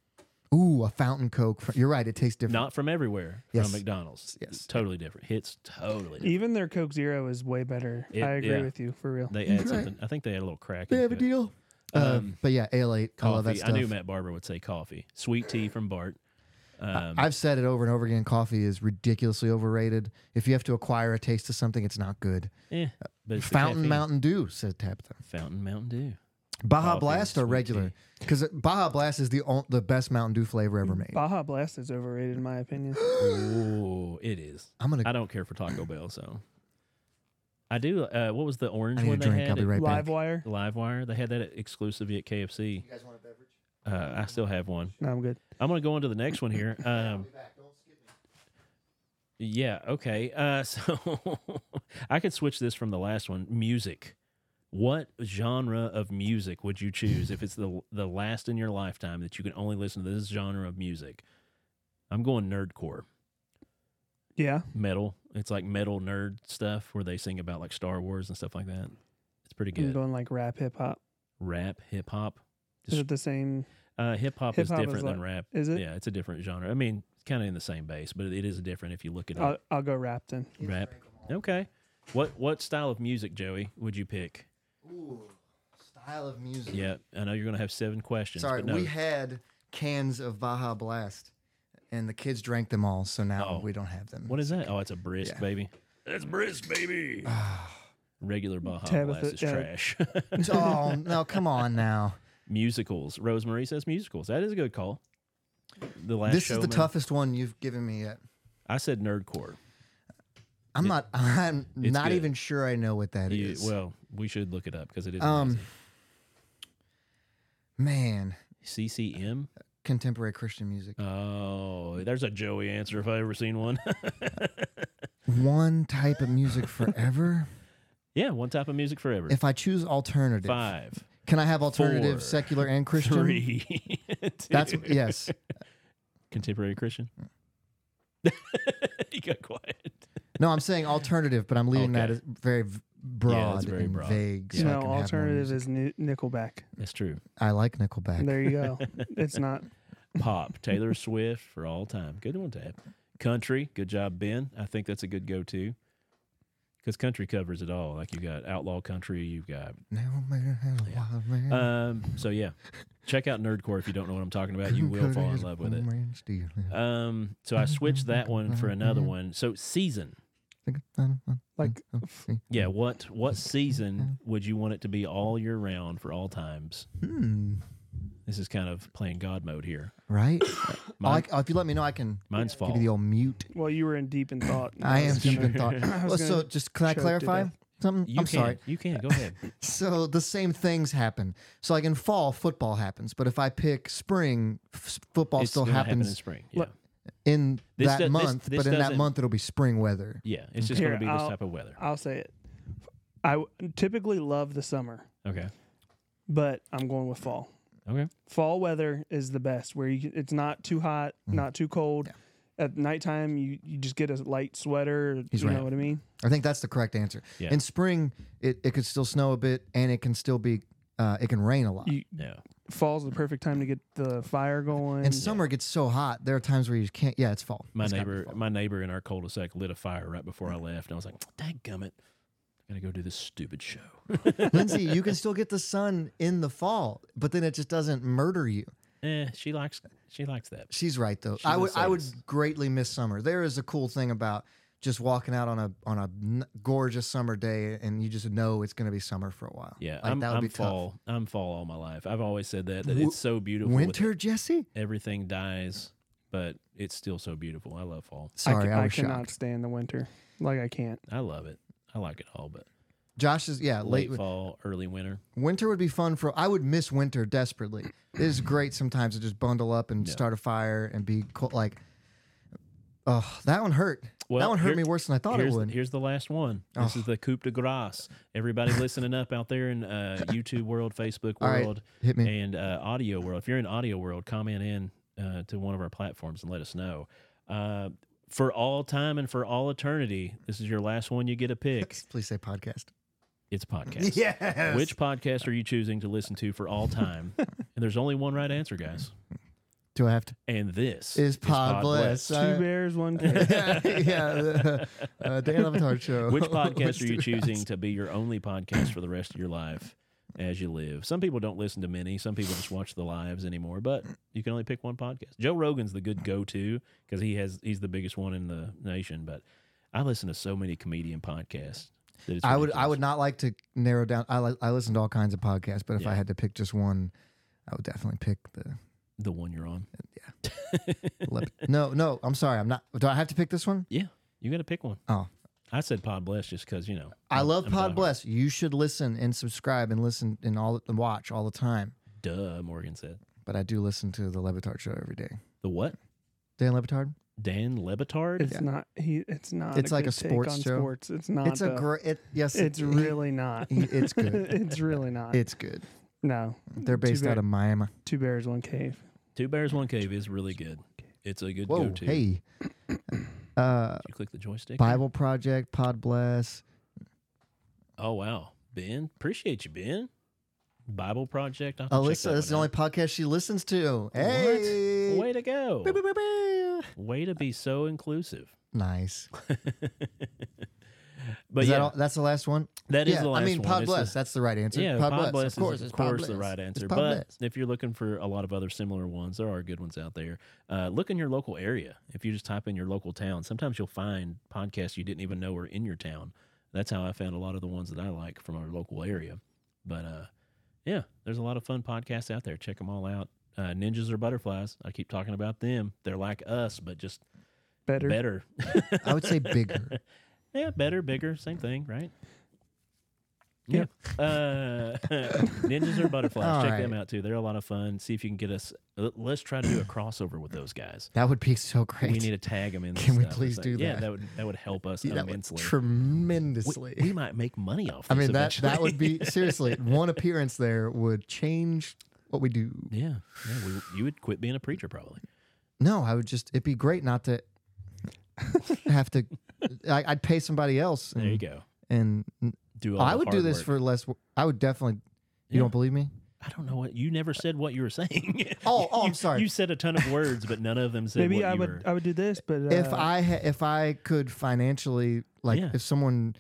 S1: Ooh, a fountain Coke. Fr- You're right. It tastes different.
S2: not from everywhere.
S1: Yes.
S2: From McDonald's,
S1: Yes.
S2: totally different. Hits totally. Different.
S3: Even their Coke Zero is way better.
S2: It-
S3: I agree
S2: yeah.
S3: with you for real.
S2: They add
S1: Right.
S2: something. I think they had a little crack.
S1: they
S2: into
S1: have a
S2: it.
S1: deal. Uh,
S2: Um,
S1: but yeah, Ale8. I love that
S2: Coffee. I,
S1: stuff.
S2: knew Matt Barber would say coffee. Sweet tea from Bart. Um,
S1: I've said it over and over again. Coffee is ridiculously overrated. If you have to acquire a taste of something, it's not good.
S2: eh, but it's the
S1: Fountain
S2: caffeine.
S1: Mountain Dew, said Tabitha.
S2: Fountain Mountain Dew.
S1: Baja
S2: Coffee,
S1: Blast or
S2: sweet
S1: regular? Because Baja Blast is the on, the best Mountain Dew flavor ever made.
S3: Baja Blast is overrated in my opinion.
S2: Oh, it is.
S1: I'm gonna.
S2: I don't care for Taco Bell, so I do. Uh, what was the orange
S1: I need a
S2: one they
S1: drink.
S2: had?
S1: I'll be
S2: at
S1: right back.
S3: Livewire.
S2: Livewire. They had that exclusively at KFC. You guys want a beverage? Uh, I still have one.
S3: No, I'm good.
S2: I'm gonna go on to the next one here. Um, yeah. Okay. Uh, so I could switch this from the last one. Music. What genre of music would you choose if it's the the last in your lifetime that you can only listen to this genre of music? I'm going nerdcore
S3: Yeah.
S2: metal. It's like metal nerd stuff where they sing about like Star Wars and stuff like that. It's pretty
S3: I'm
S2: good.
S3: going like rap hip hop.
S2: Rap, hip hop.
S3: Is
S2: Just-
S3: it the same?
S2: Uh, hip hop is
S3: Hip-hop is
S2: different than
S3: like-
S2: rap.
S3: Is it?
S2: Yeah, it's a different genre. I mean, kind of in the same base, but it is different if you look at
S3: I'll, I'll go rap then.
S2: rap. Okay, what what style of music, Joey, would you pick?
S1: Ooh, style of music.
S2: Yeah, I know you're gonna have seven questions.
S1: Sorry,
S2: but no.
S1: we had cans of Baja Blast, and the kids drank them all, so now
S2: Oh.
S1: we don't have them.
S2: What is that? Oh, it's a brisk,
S1: Yeah.
S2: baby. That's brisk, baby. Regular Baja
S3: Tabitha-
S2: Blast is
S3: yeah.
S2: trash.
S1: oh no! Come on now.
S2: musicals. Rosemary says musicals. That is a good call. The last
S1: this is the
S2: Showman.
S1: toughest one you've given me yet.
S2: I said nerdcore.
S1: I'm not. I'm
S2: It's
S1: not
S2: good.
S1: even sure I know what that is.
S2: You- well, we should look it up because it is
S1: Um,
S2: amazing.
S1: man,
S2: CCM.
S1: contemporary Christian music.
S2: Oh, there's a Joey answer if I ever seen one.
S1: One type of music forever.
S2: yeah, one type of music forever.
S1: if I choose alternative,
S2: Five,
S1: can I have alternative,
S2: four,
S1: secular, and Christian?
S2: three.
S1: That's
S2: two.
S1: yes.
S2: contemporary Christian. you got quiet.
S1: No, I'm saying alternative, but I'm leaving that
S2: Okay.
S1: as very v- broad
S2: it's very
S1: and
S2: broad.
S1: vague. so I
S3: no,
S1: can have more
S3: alternative
S1: music.
S3: is Ni- Nickelback.
S2: That's true.
S1: I like Nickelback.
S3: There you go. it's not.
S2: Pop, Taylor Swift for all time. Good one, Tab. Country, good job, Ben. I think that's a good go-to because country covers it all. Like you got outlaw country, you've got
S1: Now man has a wild man.
S2: Um, so yeah, check out Nerdcore if you don't know what I'm talking about. You will
S1: Couldn't
S2: fall in
S1: his
S2: love with it.
S1: woman steal him.
S2: Um, so I switched that one for another one. So season,
S3: Like,
S2: yeah.
S1: Mm.
S2: What what season would you want it to be all year round for all times?
S1: Hmm,
S2: This is kind of playing God mode here.
S1: right? I
S2: Mine-
S1: like- oh, if you let me know, I can
S2: Mine's
S1: give you the
S2: fall.
S1: old mute.
S3: well, you were in deep in thought. and
S1: I am
S3: was
S1: deep
S3: gonna-
S1: in thought.
S3: I was
S1: Well, so
S3: gonna
S1: just can I
S3: choke to
S1: clarify
S3: death.
S1: something?
S2: You
S1: I'm
S2: can.
S1: sorry.
S2: You can go ahead.
S1: So the same things happen. So like in fall, football happens, but if I pick spring, f- football
S2: It's
S1: still
S2: gonna happen in
S1: happens
S2: spring. Yeah,
S3: Look-
S1: in
S2: This
S1: that
S2: do- this-
S1: month,
S2: this
S1: but in that
S2: doesn't-
S1: month it'll be spring weather.
S2: yeah. It's just
S3: Here,
S2: going to be this
S3: I'll-
S2: type of weather.
S3: I'll say it. I w- typically love the summer,
S2: Okay.
S3: but I'm going with fall.
S2: Okay.
S3: Fall weather is the best, where you can- it's not too hot,
S1: Mm-hmm.
S3: not too cold. At nighttime, you, you just get a light sweater.
S1: He's
S3: you
S1: right.
S3: know what I mean?
S1: I think that's the correct answer.
S2: Yeah.
S1: In spring, it, it could still snow a bit and it can still be, uh, it can rain a lot.
S3: You,
S2: Yeah.
S3: fall's the perfect time to get the fire going.
S1: and summer gets so hot, there are times where you can't, yeah, it's fall.
S2: My
S1: It's gotta be
S2: neighbor,
S1: fall.
S2: my neighbor in our cul-de-sac lit a fire right before I left, and I was like, "Dang gummit, I gotta go do this stupid show."
S1: Lindsay, you can still get the sun in the fall, but then it just doesn't murder you.
S2: eh, she likes she likes that.
S1: She's right though.
S2: She
S1: I would
S2: does
S1: I
S2: say
S1: would
S2: this.
S1: greatly miss summer. There is a cool thing about just walking out on a on a n- gorgeous summer day and you just know it's going to be summer for a while.
S2: Yeah,
S1: like,
S2: I'm,
S1: that would
S2: I'm
S1: be
S2: fall. I'm fall all my life. I've always said that that
S1: Wi-
S2: it's so
S1: tough.
S2: beautiful. with
S1: Winter, Jesse?
S2: everything dies, but it's still so beautiful. I love fall.
S3: I ca-
S1: Sorry, I,
S3: I,
S1: was
S3: cannot
S1: shocked.
S3: stand the winter. Like I can't.
S2: I love it. I like it all, but
S1: Josh is yeah,
S2: late,
S1: late,
S2: fall, early winter.
S1: winter would be fun for I would miss winter desperately. It is great sometimes to just bundle up and
S2: Yeah.
S1: start a fire and be cold like Oh, that one hurt. that
S2: Well,
S1: one hurt
S2: here-
S1: me worse than I thought it
S2: here's,
S1: would. Oh.
S2: here's the last one. This is the coup de grace. Everybody listening up out there in uh, YouTube world, Facebook
S1: All right,
S2: world,
S1: hit me.
S2: and uh, audio world. If you're in audio world, comment in uh, to one of our platforms and let us know. Uh, for all time and for all eternity, this is your last one. You get a pick.
S1: Please say podcast.
S2: It's a podcast.
S1: Yes.
S2: Which podcast are you choosing to listen to for all time? and there's only one right answer, guys.
S1: do I have to?
S2: And this
S1: Is Pod Bless.
S3: Two
S1: Uh,
S3: bears, one cave.
S1: yeah, the uh, Dan Levitard show.
S2: Which podcast are you
S1: Which-
S2: choosing to be your only podcast for the rest of your life as you live? Some people don't listen to many. Some people just watch the lives anymore. But you can only pick one podcast. Joe Rogan's the good go-to because he has he's the biggest one in the nation. But I listen to so many comedian podcasts. That it's
S1: I would I
S2: ridiculous.
S1: would not like to narrow down. I li- I listen to all kinds of podcasts, but if I
S2: Yeah.
S1: had to pick just one, I would definitely pick the.
S2: the one you're on.
S1: Lep- no, no, I'm sorry, I'm not. Do I have to pick this one?
S2: Yeah, you got to pick one.
S1: Oh.
S2: I said Pod Bless just because you know
S1: I
S2: I'm-
S1: love
S2: I'm
S1: Pod
S2: diehard.
S1: Bless. You should listen and subscribe and listen and all and watch all the time.
S2: Duh, Morgan said
S1: But I do listen to the Levitard show every day.
S2: the what?
S1: Dan Levitard.
S2: Dan Lebitard.
S3: It's not. He. It's not.
S1: It's like
S3: good
S1: a sports
S3: take on
S1: show.
S3: sports. It's not.
S1: it's a
S3: though.
S1: great. It, yes,
S3: It's
S1: it-
S3: really not.
S1: he- it's good.
S3: it's really not.
S1: It's good.
S3: no.
S1: They're
S3: Too
S1: based
S3: bad.
S1: out of Miami.
S3: Two bears, one cave.
S2: Two Bears One Cave is really good. It's a good
S1: Whoa,
S2: go-to. Did
S1: hey. Uh,
S2: you click the joystick.
S1: Bible Project, Pod Bless.
S2: Oh wow, Ben, appreciate you, Ben. Bible Project. I'll have to check
S1: Alyssa,
S2: that
S1: that's the
S2: one
S1: only podcast she listens to. Hey.
S2: out. way to go,
S1: Boop, boop, boop, boop.
S2: way to be so inclusive.
S1: Nice.
S2: But
S1: Is
S2: yeah,
S1: that all, that's the last one?
S2: that is
S1: yeah,
S2: the last
S1: I mean,
S2: one.
S1: Pod
S2: It's
S1: Bless.
S2: the-
S1: that's the right answer.
S2: yeah,
S1: Pod, Bless.
S2: Bless
S1: Of course,
S2: is
S1: it's
S2: of
S1: Pod
S2: course the
S1: Bless.
S2: right
S1: It's
S2: answer.
S1: Pod
S2: But
S1: Bless.
S2: if you're looking for a lot of other similar ones, there are good ones out there. Uh, look in your local area. If you just type in your local town, sometimes you'll find podcasts you didn't even know were in your town. That's how I found a lot of the ones that I like from our local area. But uh, yeah, there's a lot of fun podcasts out there. Check them all out. Uh, Ninjas or Butterflies. I keep talking about them. They're like us, but just
S3: Better.
S2: better.
S1: I would say bigger.
S2: Yeah, better, bigger, same thing, right? Yeah. uh, ninjas or butterflies.
S1: All
S2: Check them
S1: right.
S2: out too. They're a lot of fun. See if you can get us. l- Let's try to do a crossover with those guys.
S1: That would be so great.
S2: We need to tag them in. this
S1: Can we
S2: stuff. It's
S1: please do
S2: Yeah,
S1: that?
S2: that would that would help us
S1: that would
S2: immensely.
S1: tremendously.
S2: we, we might make money off.
S1: I
S2: this
S1: mean, that, that
S2: eventually.
S1: would be seriously one appearance there would change what we do.
S2: yeah, yeah. We, you would quit being a preacher probably.
S1: No, I would just. It'd be great not to have to. I, I'd pay somebody else. And,
S2: There you go.
S1: And
S2: Do all
S1: Mm. I
S2: the
S1: would do
S2: hard
S1: this
S2: work.
S1: for less. wo- I would definitely. You
S2: Yeah.
S1: don't believe me?
S2: I don't know what you never said what you were saying.
S1: Oh, oh, I'm
S2: You-
S1: sorry.
S2: You said a ton of words, but none of them said.
S3: Maybe
S2: what
S3: I
S2: you
S3: would
S2: were-
S3: I would do this, but uh,
S1: if I ha- if I could financially like
S2: Yeah.
S1: if someone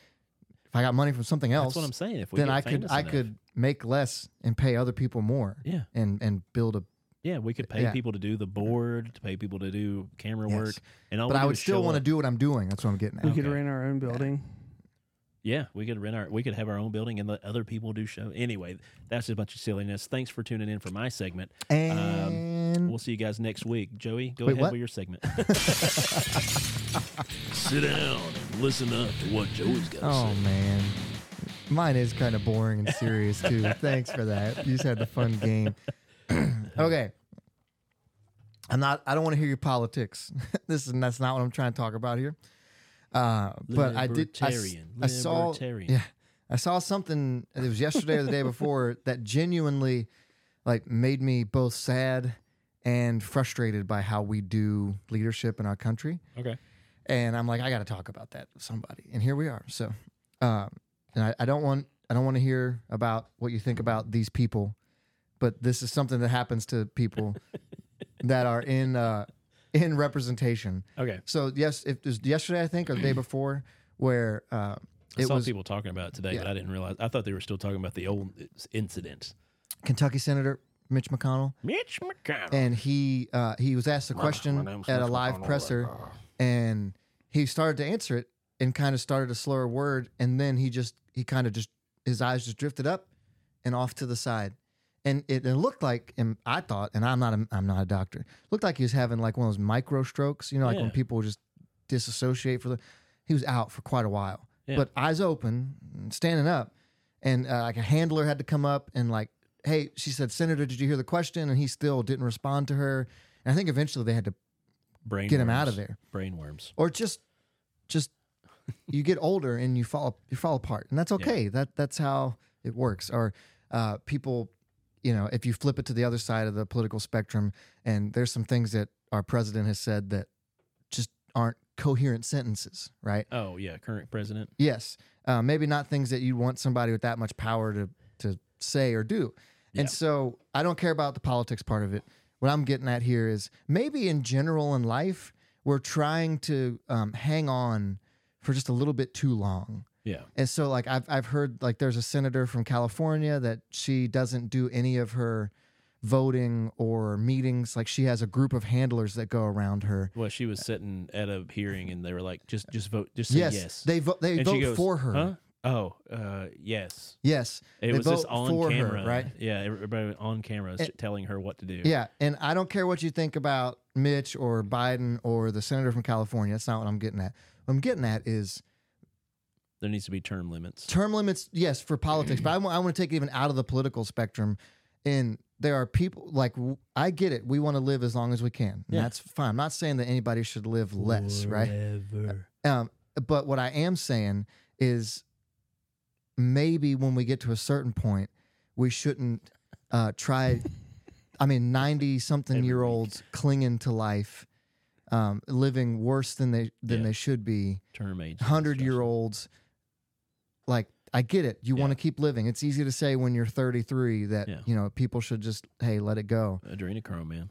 S1: if I got money from something else,
S2: That's what I'm saying. If we
S1: then
S2: get
S1: I could
S2: famous
S1: I
S2: enough.
S1: could make less and pay other people more.
S2: Yeah.
S1: And and build a.
S2: Yeah, we could pay
S1: Yeah.
S2: people to do the board, to pay people to do camera
S1: Yes.
S2: work, and all.
S1: But I would still want to
S2: to.
S1: do what I'm doing. That's what I'm getting
S3: we
S1: at.
S3: could
S2: okay.
S3: rent our own building.
S2: Yeah, we could rent our, we could have our own building and let other people do show. Anyway, that's a bunch of silliness. Thanks for tuning in for my segment.
S1: And
S2: um, We'll see you guys next week. Joey, go
S1: Mm. Wait,
S2: ahead
S1: what?
S2: with your segment. Sit down and listen up to what Joey's got.
S1: oh man, mine is kind of boring and serious too. Thanks for that. You just had the fun game. okay. I'm not. I don't want to hear your politics. this is that's not what I'm trying to talk about here. Uh, but I did. I, s-
S2: Libertarian.
S1: I saw.
S2: Libertarian.
S1: Yeah, I saw something. It was yesterday or the day before that genuinely, like, made me both sad and frustrated by how we do leadership in our country.
S2: Okay.
S1: And I'm like, I got to talk about that with somebody. And here we are. So, um, and I, I don't want I don't want to hear about what you think about these people, but this is something that happens to people that are in uh, in representation.
S2: Okay.
S1: So yes, if it was yesterday I think or the day before where uh,
S2: I
S1: it
S2: saw
S1: was
S2: people talking about it today,
S1: Yeah.
S2: but I didn't realize. I thought they were still talking about the old incident.
S1: Kentucky Senator Mitch McConnell,
S2: Mitch McConnell.
S1: and he uh, he was asked a question
S2: name's
S1: at a
S2: Mitch
S1: live
S2: McConnell.
S1: presser, and he started to answer it and kind of started to slur a word, and then he just he kind of just his eyes just drifted up and off to the side, and it, it looked like and I thought, and I'm not a, I'm not a doctor, looked like he was having like one of those micro strokes, you know, like
S2: Yeah.
S1: when people just disassociate for the. He was out for quite a while,
S2: Yeah.
S1: but eyes open, standing up, and uh, like a handler had to come up and like hey, she said, Senator, did you hear the question? And he still didn't respond to her. And I think eventually they had to
S2: Brain
S1: get him out
S2: worms.
S1: of there.
S2: Brain worms.
S1: Or just, just you get older and you fall you fall apart, and that's okay. That that's how it works. Or uh, people, you know, if you flip it to the other side of the political spectrum, and there's some things that our president has said that just aren't coherent sentences, right?
S2: Oh yeah, current president.
S1: Yes. Uh, maybe not things that you want somebody with that much power to to say or do.
S2: Yeah.
S1: And so I don't care about the politics part of it. What I'm getting at here is maybe in general in life, we're trying to um, hang on for just a little bit too long.
S2: Yeah.
S1: And so like I've I've heard like there's a senator from California that she doesn't do any of her voting or meetings. Like she has a group of handlers that go around her.
S2: Well, she was sitting at a hearing, and they were like, "Just, just vote, just say yes."
S1: yes, they vote they
S2: and
S1: vote
S2: she goes,
S1: for her.
S2: Huh? Oh, uh, yes.
S1: Yes,
S2: It
S1: They
S2: was just
S1: vote
S2: on
S1: for her,
S2: camera,
S1: right?
S2: Yeah, everybody on camera is
S1: It-
S2: telling her what to do.
S1: Yeah, and I don't care what you think about Mitch or Biden or the senator from California. That's not what I'm getting at. What I'm getting at is
S2: There needs to be term limits.
S1: term limits, yes, for politics, but I want to take it even out of the political spectrum. And there are people like w- I get it. We want to live as long as we can. And
S2: Yeah.
S1: That's fine. I'm not saying that anybody should live less, right?
S2: Forever.
S1: Um, but what I am saying is maybe when we get to a certain point, we shouldn't uh, try. I mean, 90 something
S2: Every
S1: year
S2: week.
S1: olds clinging to life, um, living worse than they than
S2: Yeah.
S1: they should be.
S2: Term age.
S1: 100 year olds, like, I get it. You
S2: Yeah.
S1: want to keep living. It's easy to say when you're 33 that
S2: Yeah.
S1: you know people should just hey let it go.
S2: Adrenochrome, man.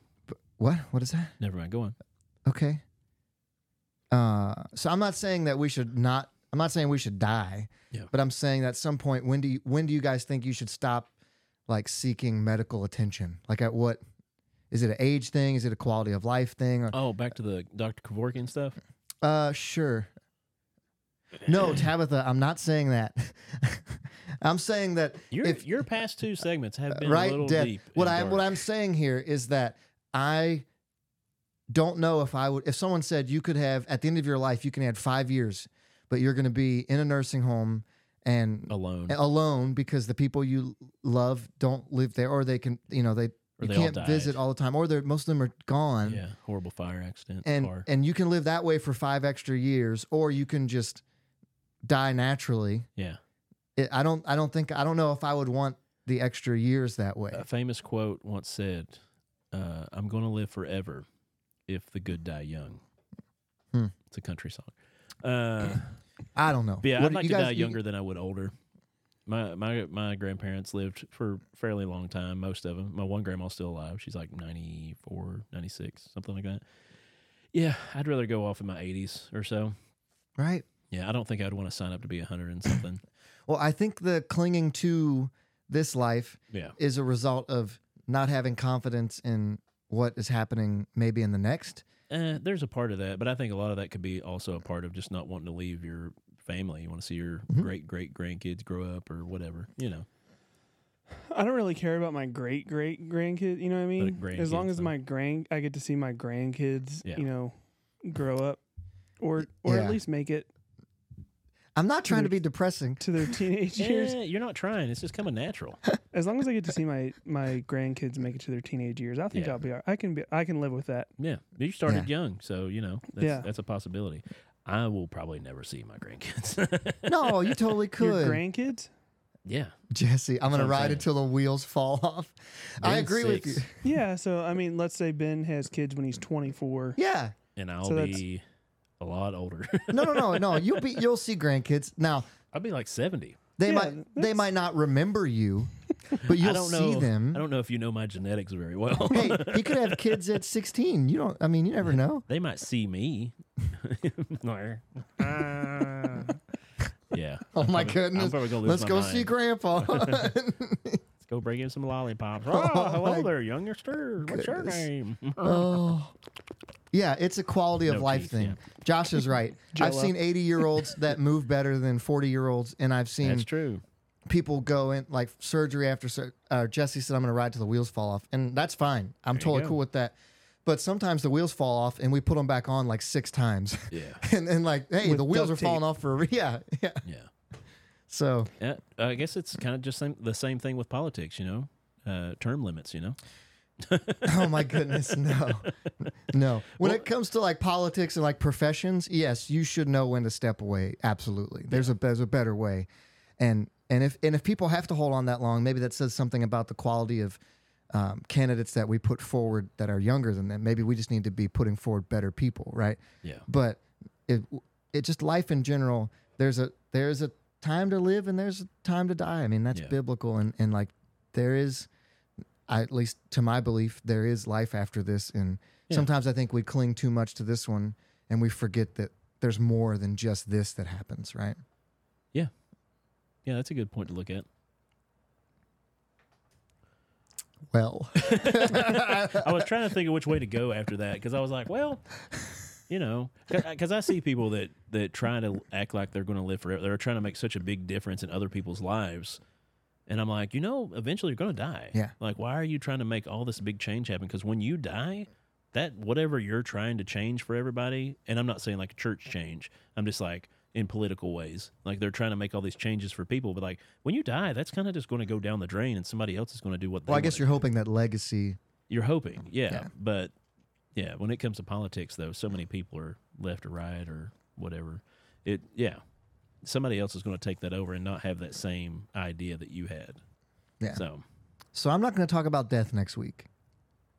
S1: What? What is that?
S2: Never mind. Go on.
S1: Okay. Uh, so I'm not saying that we should not. I'm not saying we should die.
S2: Yeah.
S1: But I'm saying that at some point, when do you, when do you guys think you should stop like seeking medical attention? Like at what? Is it an age thing? Is it a quality of life thing? Or,
S2: Oh, back to the Dr. Kevorkian stuff.
S1: uh, sure. No, Tabitha, I'm not saying that. I'm saying that
S2: Your
S1: If-
S2: your past two segments have been a
S1: Uh, right
S2: little
S1: Deb?
S2: deep.
S1: What
S2: and
S1: I what
S2: dark.
S1: I'm saying here is that I don't know if I would if someone said you could have at the end of your life you can add five years, but you're going to be in a nursing home and
S2: alone.
S1: alone because the people you love don't live there or they can you know they you
S2: they all
S1: can't
S2: died.
S1: visit all the time or they're most of them are gone
S2: yeah, horrible fire accident.
S1: and
S2: car.
S1: and you can live that way for five extra years or you can just die naturally.
S2: yeah.
S1: It, I don't I don't think I don't know if I would want the extra years that way.
S2: A famous quote once said, uh, "I'm going to live forever if the good die young."
S1: Hmm.
S2: It's a country song. Uh,
S1: I don't know.
S2: but yeah,
S1: What
S2: I'd
S1: do
S2: like
S1: you
S2: to
S1: guys-
S2: die
S1: you-
S2: younger than I would older. My my my grandparents lived for a fairly long time, most of them. My one grandma's still alive. She's like 94, 96, something like that. Yeah, I'd rather go off in my 80s or so.
S1: Right.
S2: Yeah, I don't think I'd want to sign up to be 100 and something.
S1: Well, I think the clinging to this life
S2: yeah.
S1: is a result of not having confidence in what is happening maybe in the next.
S2: Uh, there's a part of that, but I think a lot of that could be also a part of just not wanting to leave your family. You want to see your
S1: Mhm.
S2: great great grandkids grow up or whatever, you know.
S3: I don't really care about my great great grandkid. You know what I mean? as long
S2: grandkids,
S3: as
S2: though.
S3: my grand, I get to see my grandkids.
S2: Yeah.
S3: You know, grow up, or or
S1: Yeah.
S3: at least make it
S1: I'm not trying to be depressing.
S3: to their teenage years.
S2: Eh, you're not trying; it's just coming natural.
S3: As long as I get to see my my grandkids make it to their teenage years, I think
S2: Yeah.
S3: I'll be. all- I can be. I can live with that.
S2: Yeah, you started young, so you know that's,
S3: Yeah.
S2: that's a possibility. I will probably never see my grandkids.
S1: No, you totally
S3: Your
S1: could.
S3: grandkids?
S2: yeah,
S1: Jesse, I'm going to
S2: I'm
S1: ride
S2: saying.
S1: until the wheels fall off. I
S2: Ben's
S1: agree with you.
S2: six,
S3: Yeah. So I mean, let's say Ben has kids when he's 24.
S1: Yeah.
S2: and I'll
S3: So that's-
S2: be a lot older.
S1: No, no, no, no. You'll be you'll see grandkids. Now,
S2: I'll be like seventy.
S1: they
S3: Yeah,
S1: might they
S3: that's-
S1: might not remember you, but you'll
S2: I don't
S1: see
S2: know.
S1: them.
S2: I don't know if you know my genetics very well.
S1: hey, he could have kids at 16. You don't I mean, you never know.
S2: they might see me. yeah.
S1: Oh my
S2: probably-
S1: goodness.
S2: I'm probably gonna lose
S1: Let's
S2: my
S1: go see
S2: mind.
S1: grandpa.
S2: Let's go bring in some lollipops. Oh,
S1: Oh, my
S2: hello there, youngster. What's your
S1: goodness.
S2: name?
S1: Oh. Yeah, it's a quality of
S2: No
S1: life
S2: teeth,
S1: thing.
S2: yeah.
S1: Josh is right. I've
S3: Jell-O.
S1: seen 80 year olds that move better than 40 year olds, and I've
S2: That's
S1: seen
S2: true.
S1: people go in like surgery after surgery. Uh, Jesse said, I'm going to ride till the wheels fall off. And that's fine. I'm totally
S2: go.
S1: cool with that. But sometimes the wheels fall off and we put them back on like six times.
S2: Yeah,
S1: and then, like, hey,
S3: With
S1: the wheels are
S3: duct
S1: falling
S3: tape.
S1: off for a re- Yeah. Yeah.
S2: yeah.
S1: So,
S2: Yeah, Uh, I guess it's kind of just same, the same thing with politics, you know, uh, term limits, you know.
S1: oh my goodness. No. No. When
S2: Well-
S1: it comes to like politics and like professions, yes, you should know when to step away. Absolutely. There's a there's a better way. And and if and if people have to hold on that long, maybe that says something about the quality of um, candidates that we put forward that are younger than them. Maybe we just need to be putting forward better people, right?
S2: Yeah,
S1: But it it just life in general. There's a there's a time to live and there's a time to die. I mean that's
S2: Yeah.
S1: biblical and and like there is, I, at least to my belief, there is life after this. And
S2: Yeah.
S1: sometimes I think we cling too much to this one and we forget that there's more than just this that happens, right?
S2: yeah, that's a good point to look at.
S1: Well,
S2: I was trying to think of which way to go after that because I was like, well, you know, because I see people that that try to act like they're going to live forever. They're trying to make such a big difference in other people's lives, and I'm like, you know, eventually you're going to die.
S1: Yeah.
S2: Like, why are you trying to make all this big change happen? Because when you die, that whatever you're trying to change for everybody, and I'm not saying like a church change. I'm just like in political ways, like they're trying to make all these changes for people, but like when you die, that's kind of just going to go down the drain, and somebody else is going to do what. They
S1: well, I
S2: wanna
S1: guess you're hoping that legacy.
S2: you're hoping, yeah.
S1: Yeah.
S2: But yeah, when it comes to politics, though, so many people are left or right or whatever. It, yeah, somebody else is going to take that over and not have that same idea that you had.
S1: Yeah.
S2: So,
S1: So I'm not going to talk about death next week.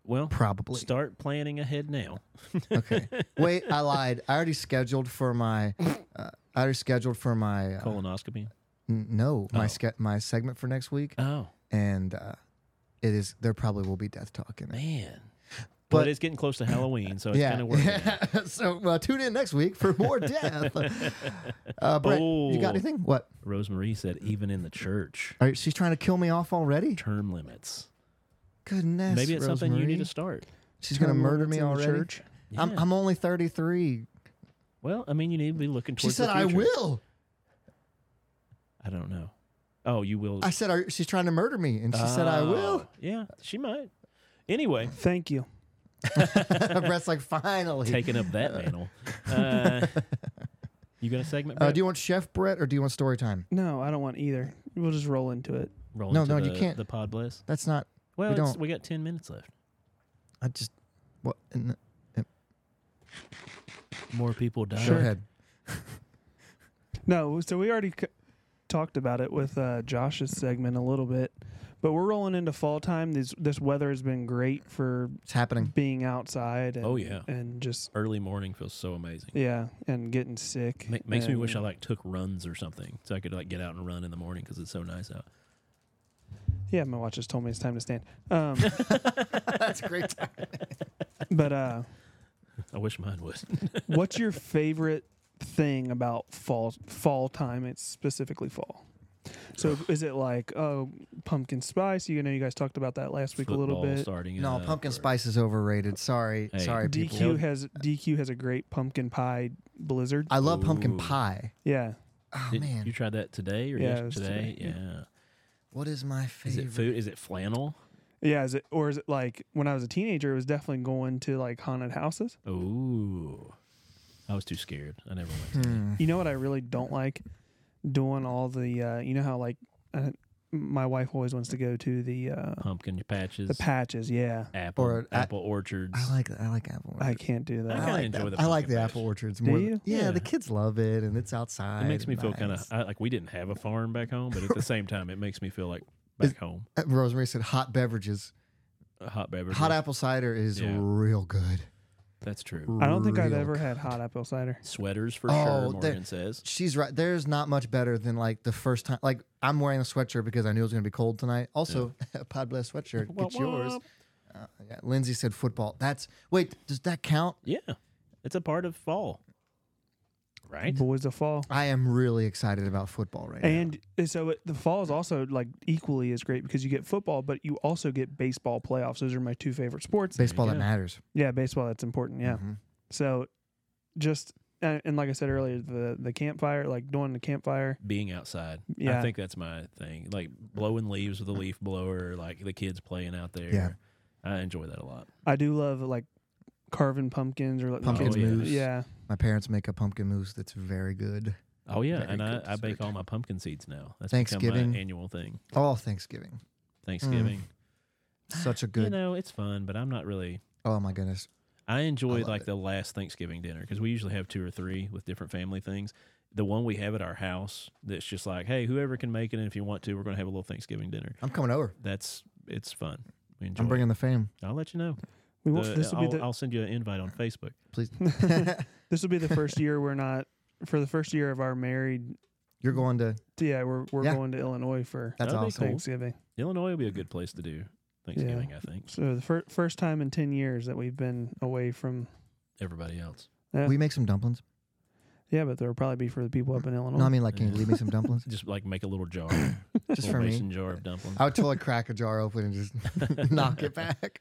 S2: well,
S1: Probably.
S2: start planning ahead now.
S1: Okay. Wait, I lied. I already scheduled for my. Uh, I already scheduled for my. Uh,
S2: Colonoscopy.
S1: N- no, my
S2: Oh.
S1: ske- my segment for next week,
S2: Oh
S1: and uh, it is there probably will be death talk in it.
S2: man. But,
S1: But-
S2: it's getting close to Halloween, so it's
S1: yeah.
S2: kind of working. out.
S1: so uh, tune in next week for more death. uh, Brett, you
S2: Oh.
S1: got anything? What?
S2: Rosemarie said, even in the church,
S1: Are, she's trying to kill me off already.
S2: term limits.
S1: Goodness,
S2: Maybe it's something you need
S1: Rosemarie.
S2: to start.
S1: She's gonna
S3: Term
S1: murder
S3: limits
S1: me
S3: in the
S1: already.
S3: church.
S1: I'm,
S2: Yeah.
S1: I'm only 33.
S2: Well, I mean, you need to be looking.
S1: She
S2: towards
S1: said
S2: the
S1: I
S2: future.
S1: will.
S2: I don't know. Oh, you will.
S1: I said are, she's trying to murder me, and she said I will.
S2: Oh, Yeah, she might. Anyway,
S3: Thank you.
S1: Brett's like finally.
S2: taking up that mantle. Uh, you got a segment?
S1: uh,
S2: Brett?
S1: do you want Chef Brett or do you want story time?
S3: No, I don't want either. We'll just roll into it.
S2: Roll
S1: No,
S2: into
S1: no,
S2: the,
S1: you can't.
S2: The pod bless.
S1: That's not.
S2: Well,
S1: We
S2: it's- we,
S1: don't.
S2: got ten minutes left.
S1: I just. What? n-
S2: More people die.
S1: Go ahead.
S3: No, so we already c- talked about it with uh, Josh's segment a little bit, but we're rolling into fall time. This this weather has been great for
S1: It's happening.
S3: being outside. And,
S2: Oh, yeah.
S3: and just
S2: Early morning feels so amazing.
S3: yeah, and getting sick
S2: Ma- makes me
S3: and-
S2: wish I like took runs or something, so I could like get out and run in the morning because it's so nice out.
S3: Yeah, my watch just told me it's time to stand. Um,
S1: That's great. Time.
S3: but uh,
S2: I wish mine was.
S3: what's your favorite thing about fall fall time? It's specifically fall. So is it like oh pumpkin spice? You know, you guys talked about that last week a little
S2: Football
S3: bit.
S2: Starting
S1: No,
S2: up
S1: pumpkin
S2: or-
S1: spice is overrated. Sorry,
S2: Hey.
S1: sorry, people.
S3: DQ has DQ has a great pumpkin pie blizzard.
S1: I love pumpkin
S2: Ooh.
S1: pie.
S3: Yeah,
S1: Oh
S2: Did-
S1: man,
S2: you tried that today or
S3: Yeah, it
S2: yes,
S3: was
S2: today?
S3: today, yeah.
S2: Yeah.
S1: what is my
S2: Is
S1: favorite?
S2: it food? Is it flannel?
S3: yeah. Is it or is it like when I was a teenager? It was definitely going to like haunted houses.
S2: Ooh. I was too scared. I never went.
S1: Hmm.
S3: You know what I really don't like doing all the. Uh, you know how like uh, my wife always wants to go to the uh,
S2: Pumpkin patches,
S3: the patches. Yeah,
S2: apple,
S1: Or- I-
S2: apple orchards.
S1: I like I like apple.
S3: I
S1: orchard.
S3: can't do
S2: I
S3: that.
S1: I,
S2: kinda
S1: like
S2: enjoy
S1: that.
S2: the
S1: I like
S2: pumpkin
S1: the
S2: patch.
S1: apple orchards
S3: Do
S1: more.
S3: you?
S1: Than, yeah,
S2: Yeah.
S1: the kids love it, and it's outside.
S2: it makes me
S1: and
S2: feel kind of
S1: nice.
S2: like we didn't have a farm back home, but at the same time, it makes me feel like back
S1: Is-
S2: home.
S1: Uh, Rosemary said, "Hot beverages.
S2: A hot beverage.
S1: Hot apple cider is
S2: Yeah.
S1: real good.
S2: That's true.
S3: I don't think I've
S1: Real
S3: ever
S1: good.
S3: had hot apple cider.
S2: Sweaters for
S1: Oh,
S2: sure.
S1: there-
S2: Morgan says.
S1: She's right. There's not much better than like the first time. Like I'm wearing a sweatshirt because I knew it was going to be cold tonight. Also, a Pod Bless sweatshirt. Get yours. Uh, yeah. Lindsay said football. That's wait. Does that count?
S2: Yeah, it's a part of fall, right?
S3: Boys of fall.
S1: I am really excited about football right now.
S3: And eh, so it, the fall is also like equally as great because you get football, but you also get baseball playoffs. Those are my two favorite sports.
S1: Baseball
S2: There
S1: that
S2: you go.
S1: matters.
S3: Yeah, baseball that's important. Yeah.
S1: Mhm.
S3: So just and, and like I said earlier, the the campfire, like doing the campfire.
S2: Being outside. I
S3: Yeah.
S2: think that's my thing. Like blowing leaves with a leaf blower, like the kids playing out there.
S1: Yeah.
S2: I enjoy that a lot.
S3: I do love like carving pumpkins or like
S1: Pumpkin
S2: Oh, yeah.
S1: mousse.
S3: Yeah,
S1: My parents make a pumpkin mousse that's very good.
S2: Oh yeah,
S1: Very
S2: and I,
S1: good
S2: I bake
S1: dessert.
S2: all my pumpkin seeds now. That's become
S1: Thanksgiving.
S2: my annual thing.
S1: Oh, Thanksgiving.
S2: Thanksgiving.
S1: Such a good.
S2: You know, it's fun, but I'm not really.
S1: oh my goodness.
S2: I enjoyed
S1: love
S2: like
S1: it.
S2: the last Thanksgiving dinner because we usually have two or three with different family things. The one we have at our house that's just like, hey, whoever can make it, and if you want to, we're going to have a little Thanksgiving dinner.
S1: I'm coming over.
S2: That's it's fun. We enjoy.
S1: I'm bringing the fam.
S2: it. I'll let you know.
S3: we won't.
S2: The-
S3: This will
S2: I'll,
S3: be the
S2: I'll send you an invite on Facebook.
S1: Please.
S3: this will be the first year we're not for the first year of our married.
S1: You're going to.
S3: Yeah, we're we're
S1: Yeah.
S3: going to Illinois for
S1: That's
S2: That'll be
S1: awesome.
S2: cool.
S3: Thanksgiving.
S2: Illinois will be a good place to do Thanksgiving. I think
S3: So the fir- first time in ten years that we've been away from.
S2: everybody else.
S3: Yeah,
S1: We make some dumplings.
S3: yeah but there will probably be for the people up in Illinois.
S1: No, I mean like, can you
S2: Yeah.
S1: leave me some dumplings?
S2: Just like make a little jar,
S1: Just
S2: little
S1: for me.
S2: mason jar of dumplings.
S1: I would totally crack a jar open and just knock it back.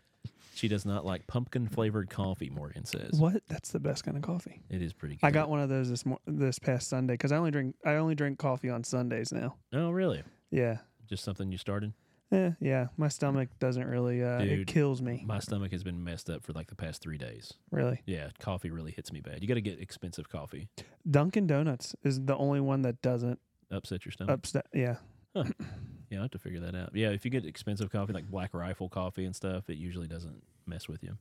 S2: She does not like pumpkin flavored coffee. Morgan says
S3: what? That's the best kind of coffee.
S2: it is pretty. good.
S3: I got one of those this mo- this past Sunday because I only drink I only drink coffee on Sundays now.
S2: Oh, really?
S3: Yeah,
S2: Just something you started?
S3: yeah, yeah. My stomach doesn't really. Uh,
S2: Dude.
S3: it kills me.
S2: My stomach has been messed up for like the past three days.
S3: Really,
S2: Yeah, coffee really hits me bad. You got to get expensive coffee.
S3: Dunkin' Donuts is the only one that doesn't
S2: Upset your stomach.
S3: upset. Yeah,
S2: Yeah, I have to figure that out. Yeah, if you get expensive coffee like Black Rifle coffee and stuff, it usually doesn't mess with you.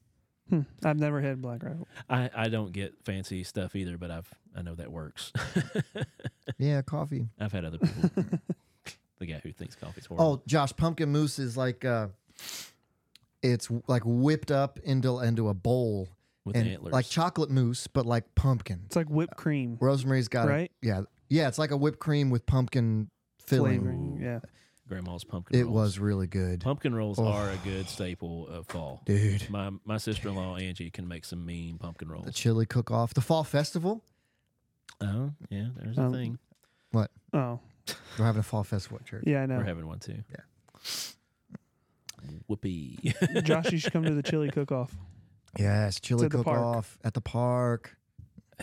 S3: hmm. I've never had Black Rifle.
S2: I, I don't get fancy stuff either, but I've I know that works.
S1: Yeah, coffee.
S2: I've had other people. the guy who thinks coffee's horrible.
S1: Oh, Josh, pumpkin mousse is like uh it's like whipped up into into a bowl
S2: with
S1: and
S2: antlers.
S1: like chocolate mousse, but like pumpkin.
S3: It's like whipped cream.
S1: Rosemary's got
S3: Right?
S1: it. Yeah, yeah, it's like a whipped cream with pumpkin filling.
S3: flavoring.
S2: Ooh.
S3: Yeah.
S2: Grandma's pumpkin.
S1: It
S2: rolls.
S1: was really good,
S2: Pumpkin rolls
S1: Oh.
S2: are a good staple of fall.
S1: dude.
S2: My my sister in law Angie can make some mean pumpkin
S1: The
S2: rolls.
S1: chili cook off, the fall festival.
S2: Oh yeah, there's a
S3: Um,
S2: thing.
S3: Oh,
S1: We're having a fall festival at church.
S3: yeah, I
S2: We're
S3: know.
S2: having one too.
S1: Yeah.
S2: Whoopee.
S3: Josh, you should come to the chili cook-off.
S1: Yes, chili
S3: at the
S1: cook
S3: park.
S1: off at the park.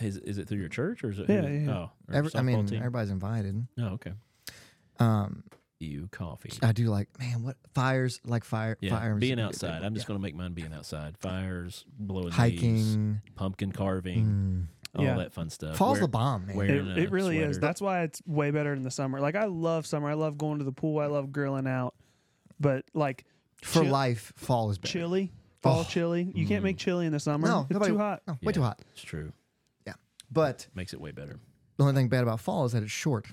S2: is, is it through your church or is it?
S3: Yeah,
S2: who-
S3: yeah.
S2: Oh, or
S1: Every, I
S2: softball
S1: mean,
S2: team?
S1: everybody's invited.
S2: oh, okay.
S1: Um,
S2: You coffee.
S1: I do like, man, what fires like fire,
S2: Yeah,
S1: fires.
S2: being outside. I'm just going to make mine being outside. Fires, blowing leaves,
S1: hiking.
S2: pumpkin carving,
S1: Mm.
S2: all
S3: Yeah.
S2: that fun stuff.
S1: Fall's
S2: Wear-
S1: the bomb, man.
S2: where-
S3: It,
S2: Wearing a
S3: it really is.
S2: sweater.
S3: That's why it's way better in the summer. Like I love summer. I love going to the pool. I love grilling out. But like
S1: For
S3: chill-
S1: life, fall is better.
S3: chili, fall
S1: Oh.
S3: chili. You can't make chili in the summer.
S1: No,
S3: it's
S1: nobody-
S3: too hot.
S1: No, way
S2: Yeah.
S1: too hot.
S2: It's true.
S1: But
S2: Makes it way better.
S1: the only thing bad about fall is that it's short.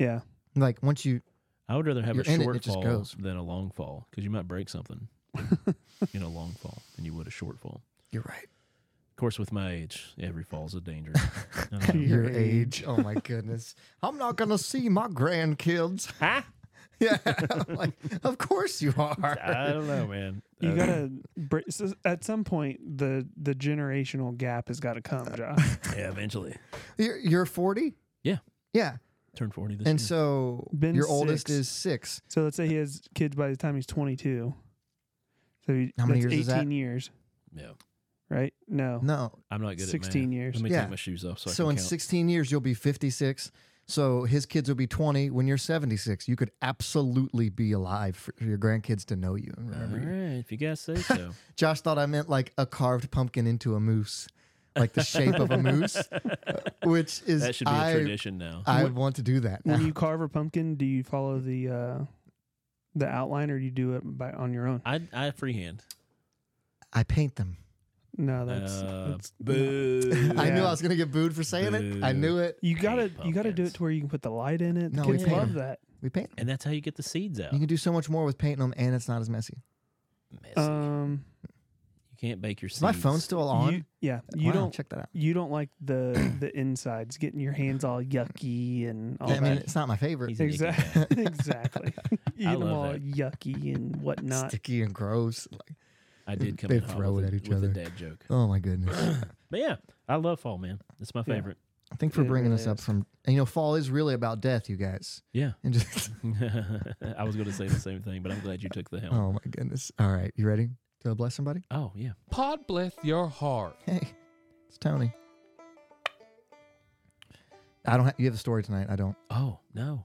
S3: Yeah.
S1: Like once you,
S2: I would rather have
S1: You're
S2: a
S1: in it,
S2: short
S1: it just
S2: fall
S1: goes.
S2: than a long fall because you might break something in a long fall than you would a short fall.
S1: you're right.
S2: Of course, with my age, every fall's a danger. I don't know.
S1: Your,
S3: Your
S1: age. Oh my goodness. I'm not gonna see my grandkids.
S2: Huh?
S1: yeah. I'm like, of course you are.
S2: I don't know, man.
S3: You
S2: Uh,
S3: gotta. br- so at some point, the the generational gap has got to come, Josh.
S2: yeah, eventually
S1: You're, you're 40.
S2: Yeah.
S1: Yeah.
S2: turn forty this
S1: And
S2: year.
S1: so
S3: Ben's
S1: your oldest
S3: six.
S1: is six.
S3: So let's say he has kids by the time he's 22. So he,
S1: How many
S3: that's
S1: years is
S3: 18
S1: that?
S3: years,
S2: yeah,
S3: right? No.
S1: No.
S2: I'm not good at math.
S3: 16 years.
S2: Let me
S1: Yeah.
S2: take my shoes off Oh. so,
S1: So,
S2: I can
S1: in
S2: count.
S1: 16 years you'll be 56. So his kids will be 20 when you're 76. You could absolutely be alive for your grandkids to know you and
S2: All
S1: remember you.
S2: right, if you guys say so.
S1: Josh thought I meant like a carved pumpkin into a moose, like the shape of a moose, which is
S2: that should be a
S1: I,
S2: tradition now.
S1: I want to do that.
S3: When
S1: now.
S3: you carve a pumpkin, do you follow the uh, the outline or do you do it by on your own?
S2: I I freehand.
S1: I paint them. Oh,
S3: No, that's,
S2: Uh,
S3: that's not-
S2: boo.
S1: I knew
S3: Yeah.
S1: I was gonna get booed for saying it. I
S2: Boo.
S1: knew it.
S3: You gotta
S2: hate
S3: you gotta do
S2: pumpkins.
S3: it to where you can put the light in it. The
S1: No,
S2: we
S3: kids
S2: can't.
S3: love that.
S1: We paint. 'em.
S2: and that's how you get the seeds out.
S1: You can do so much more with painting them, and it's not as messy.
S2: Messy.
S3: Um,
S2: you can't bake your seeds.
S1: Is uh, my phone still on?
S3: you, yeah, you
S1: Wow,
S3: don't
S1: check that out.
S3: you don't like the the insides, getting your hands all yucky and all
S1: I mean,
S3: that.
S1: it's not my favorite.
S2: He's an icky guy.
S3: Oh, Exactly, exactly. you
S2: I
S3: get them
S2: love
S3: all
S2: that.
S3: yucky and whatnot.
S1: Sticky and gross. Like,
S2: I did come
S1: They
S2: in hot
S1: throw
S2: with a-
S1: it at each
S2: with a
S1: other.
S2: dad joke.
S1: oh my goodness.
S2: But yeah, I love fall, man. It's my
S3: Yeah.
S2: favorite.
S1: I think for
S3: It
S1: bringing this
S3: really
S1: up
S3: is.
S1: from, and, you know, fall is really about death, you guys.
S2: Yeah.
S1: And just,
S2: I was going to say the same thing, but I'm glad you took the helm.
S1: oh my goodness. All right, you ready to bless somebody?
S2: Oh, yeah.
S5: Pod bless your heart.
S1: Hey, it's Tony. I don't. Ha- you have a story tonight. I don't.
S2: Oh no,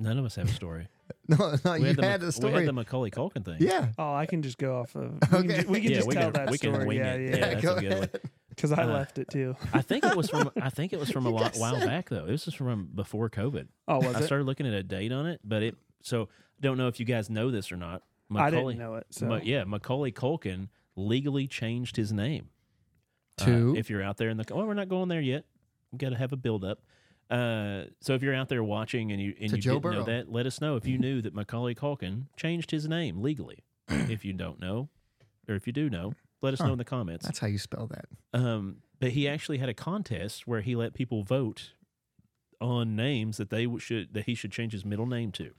S2: none of us have a story.
S1: No, no. you had the,
S2: Mac- We
S1: story.
S2: had the Macaulay Culkin thing.
S1: yeah.
S3: Oh, I can just go off of. We can,
S1: Okay.
S3: ju- we can
S2: Yeah,
S3: just
S2: we can-
S3: tell that
S2: we can
S3: story.
S2: wing
S3: yeah,
S2: it.
S3: yeah,
S2: Yeah. that's
S1: go
S2: a good one.
S1: ahead.
S3: Because I
S2: Uh,
S3: left it too.
S2: I think it was from. I think it was from a
S1: You
S2: while,
S1: guys
S2: while
S1: said-
S2: back though. This is from um, before COVID.
S3: Oh, was
S2: I
S3: it?
S2: started looking at a date on it, but it. So don't know if you guys know this or not.
S3: I didn't know it. So
S2: Ma- yeah, Macaulay Culkin legally changed his name. Uh,
S1: To?
S2: if you're out there in the, oh, we're not going there yet. We got to have a build up. Uh, so if you're out there watching and you and
S1: To
S2: you
S1: Joe
S2: didn't know
S1: Burrow.
S2: that, let us know if you knew that Macaulay Culkin changed his name legally. if you don't know, or if you do know, let us
S1: Huh.
S2: know in the comments.
S1: That's how you spell that.
S2: Um, but he actually had a contest where he let people vote on names that they w- should that he should change his middle name to.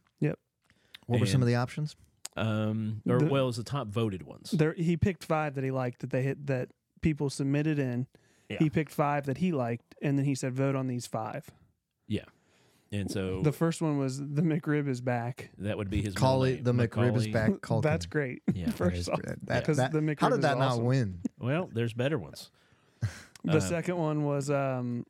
S1: What were some
S2: And-
S1: of the options?
S2: Um, or
S3: The-
S2: well, it was the top voted ones.
S3: there, he picked five that he liked that they hit that people submitted in. He picked five that he liked, and then he said, "Vote on these five.
S2: And so
S3: The first one was the McRib is back.
S2: that would be his middle
S1: Call it
S2: name,
S1: the McRib is
S2: Macaulay.
S1: back. Culkin.
S3: That's great.
S2: Yeah, that
S1: That
S3: first
S1: is
S3: off,
S1: good. That-
S3: because
S1: that-
S3: the McRib
S1: how did
S3: is
S1: that
S3: awesome.
S1: not win?
S2: Well, there's better ones.
S3: The
S2: Uh,
S3: second one was um,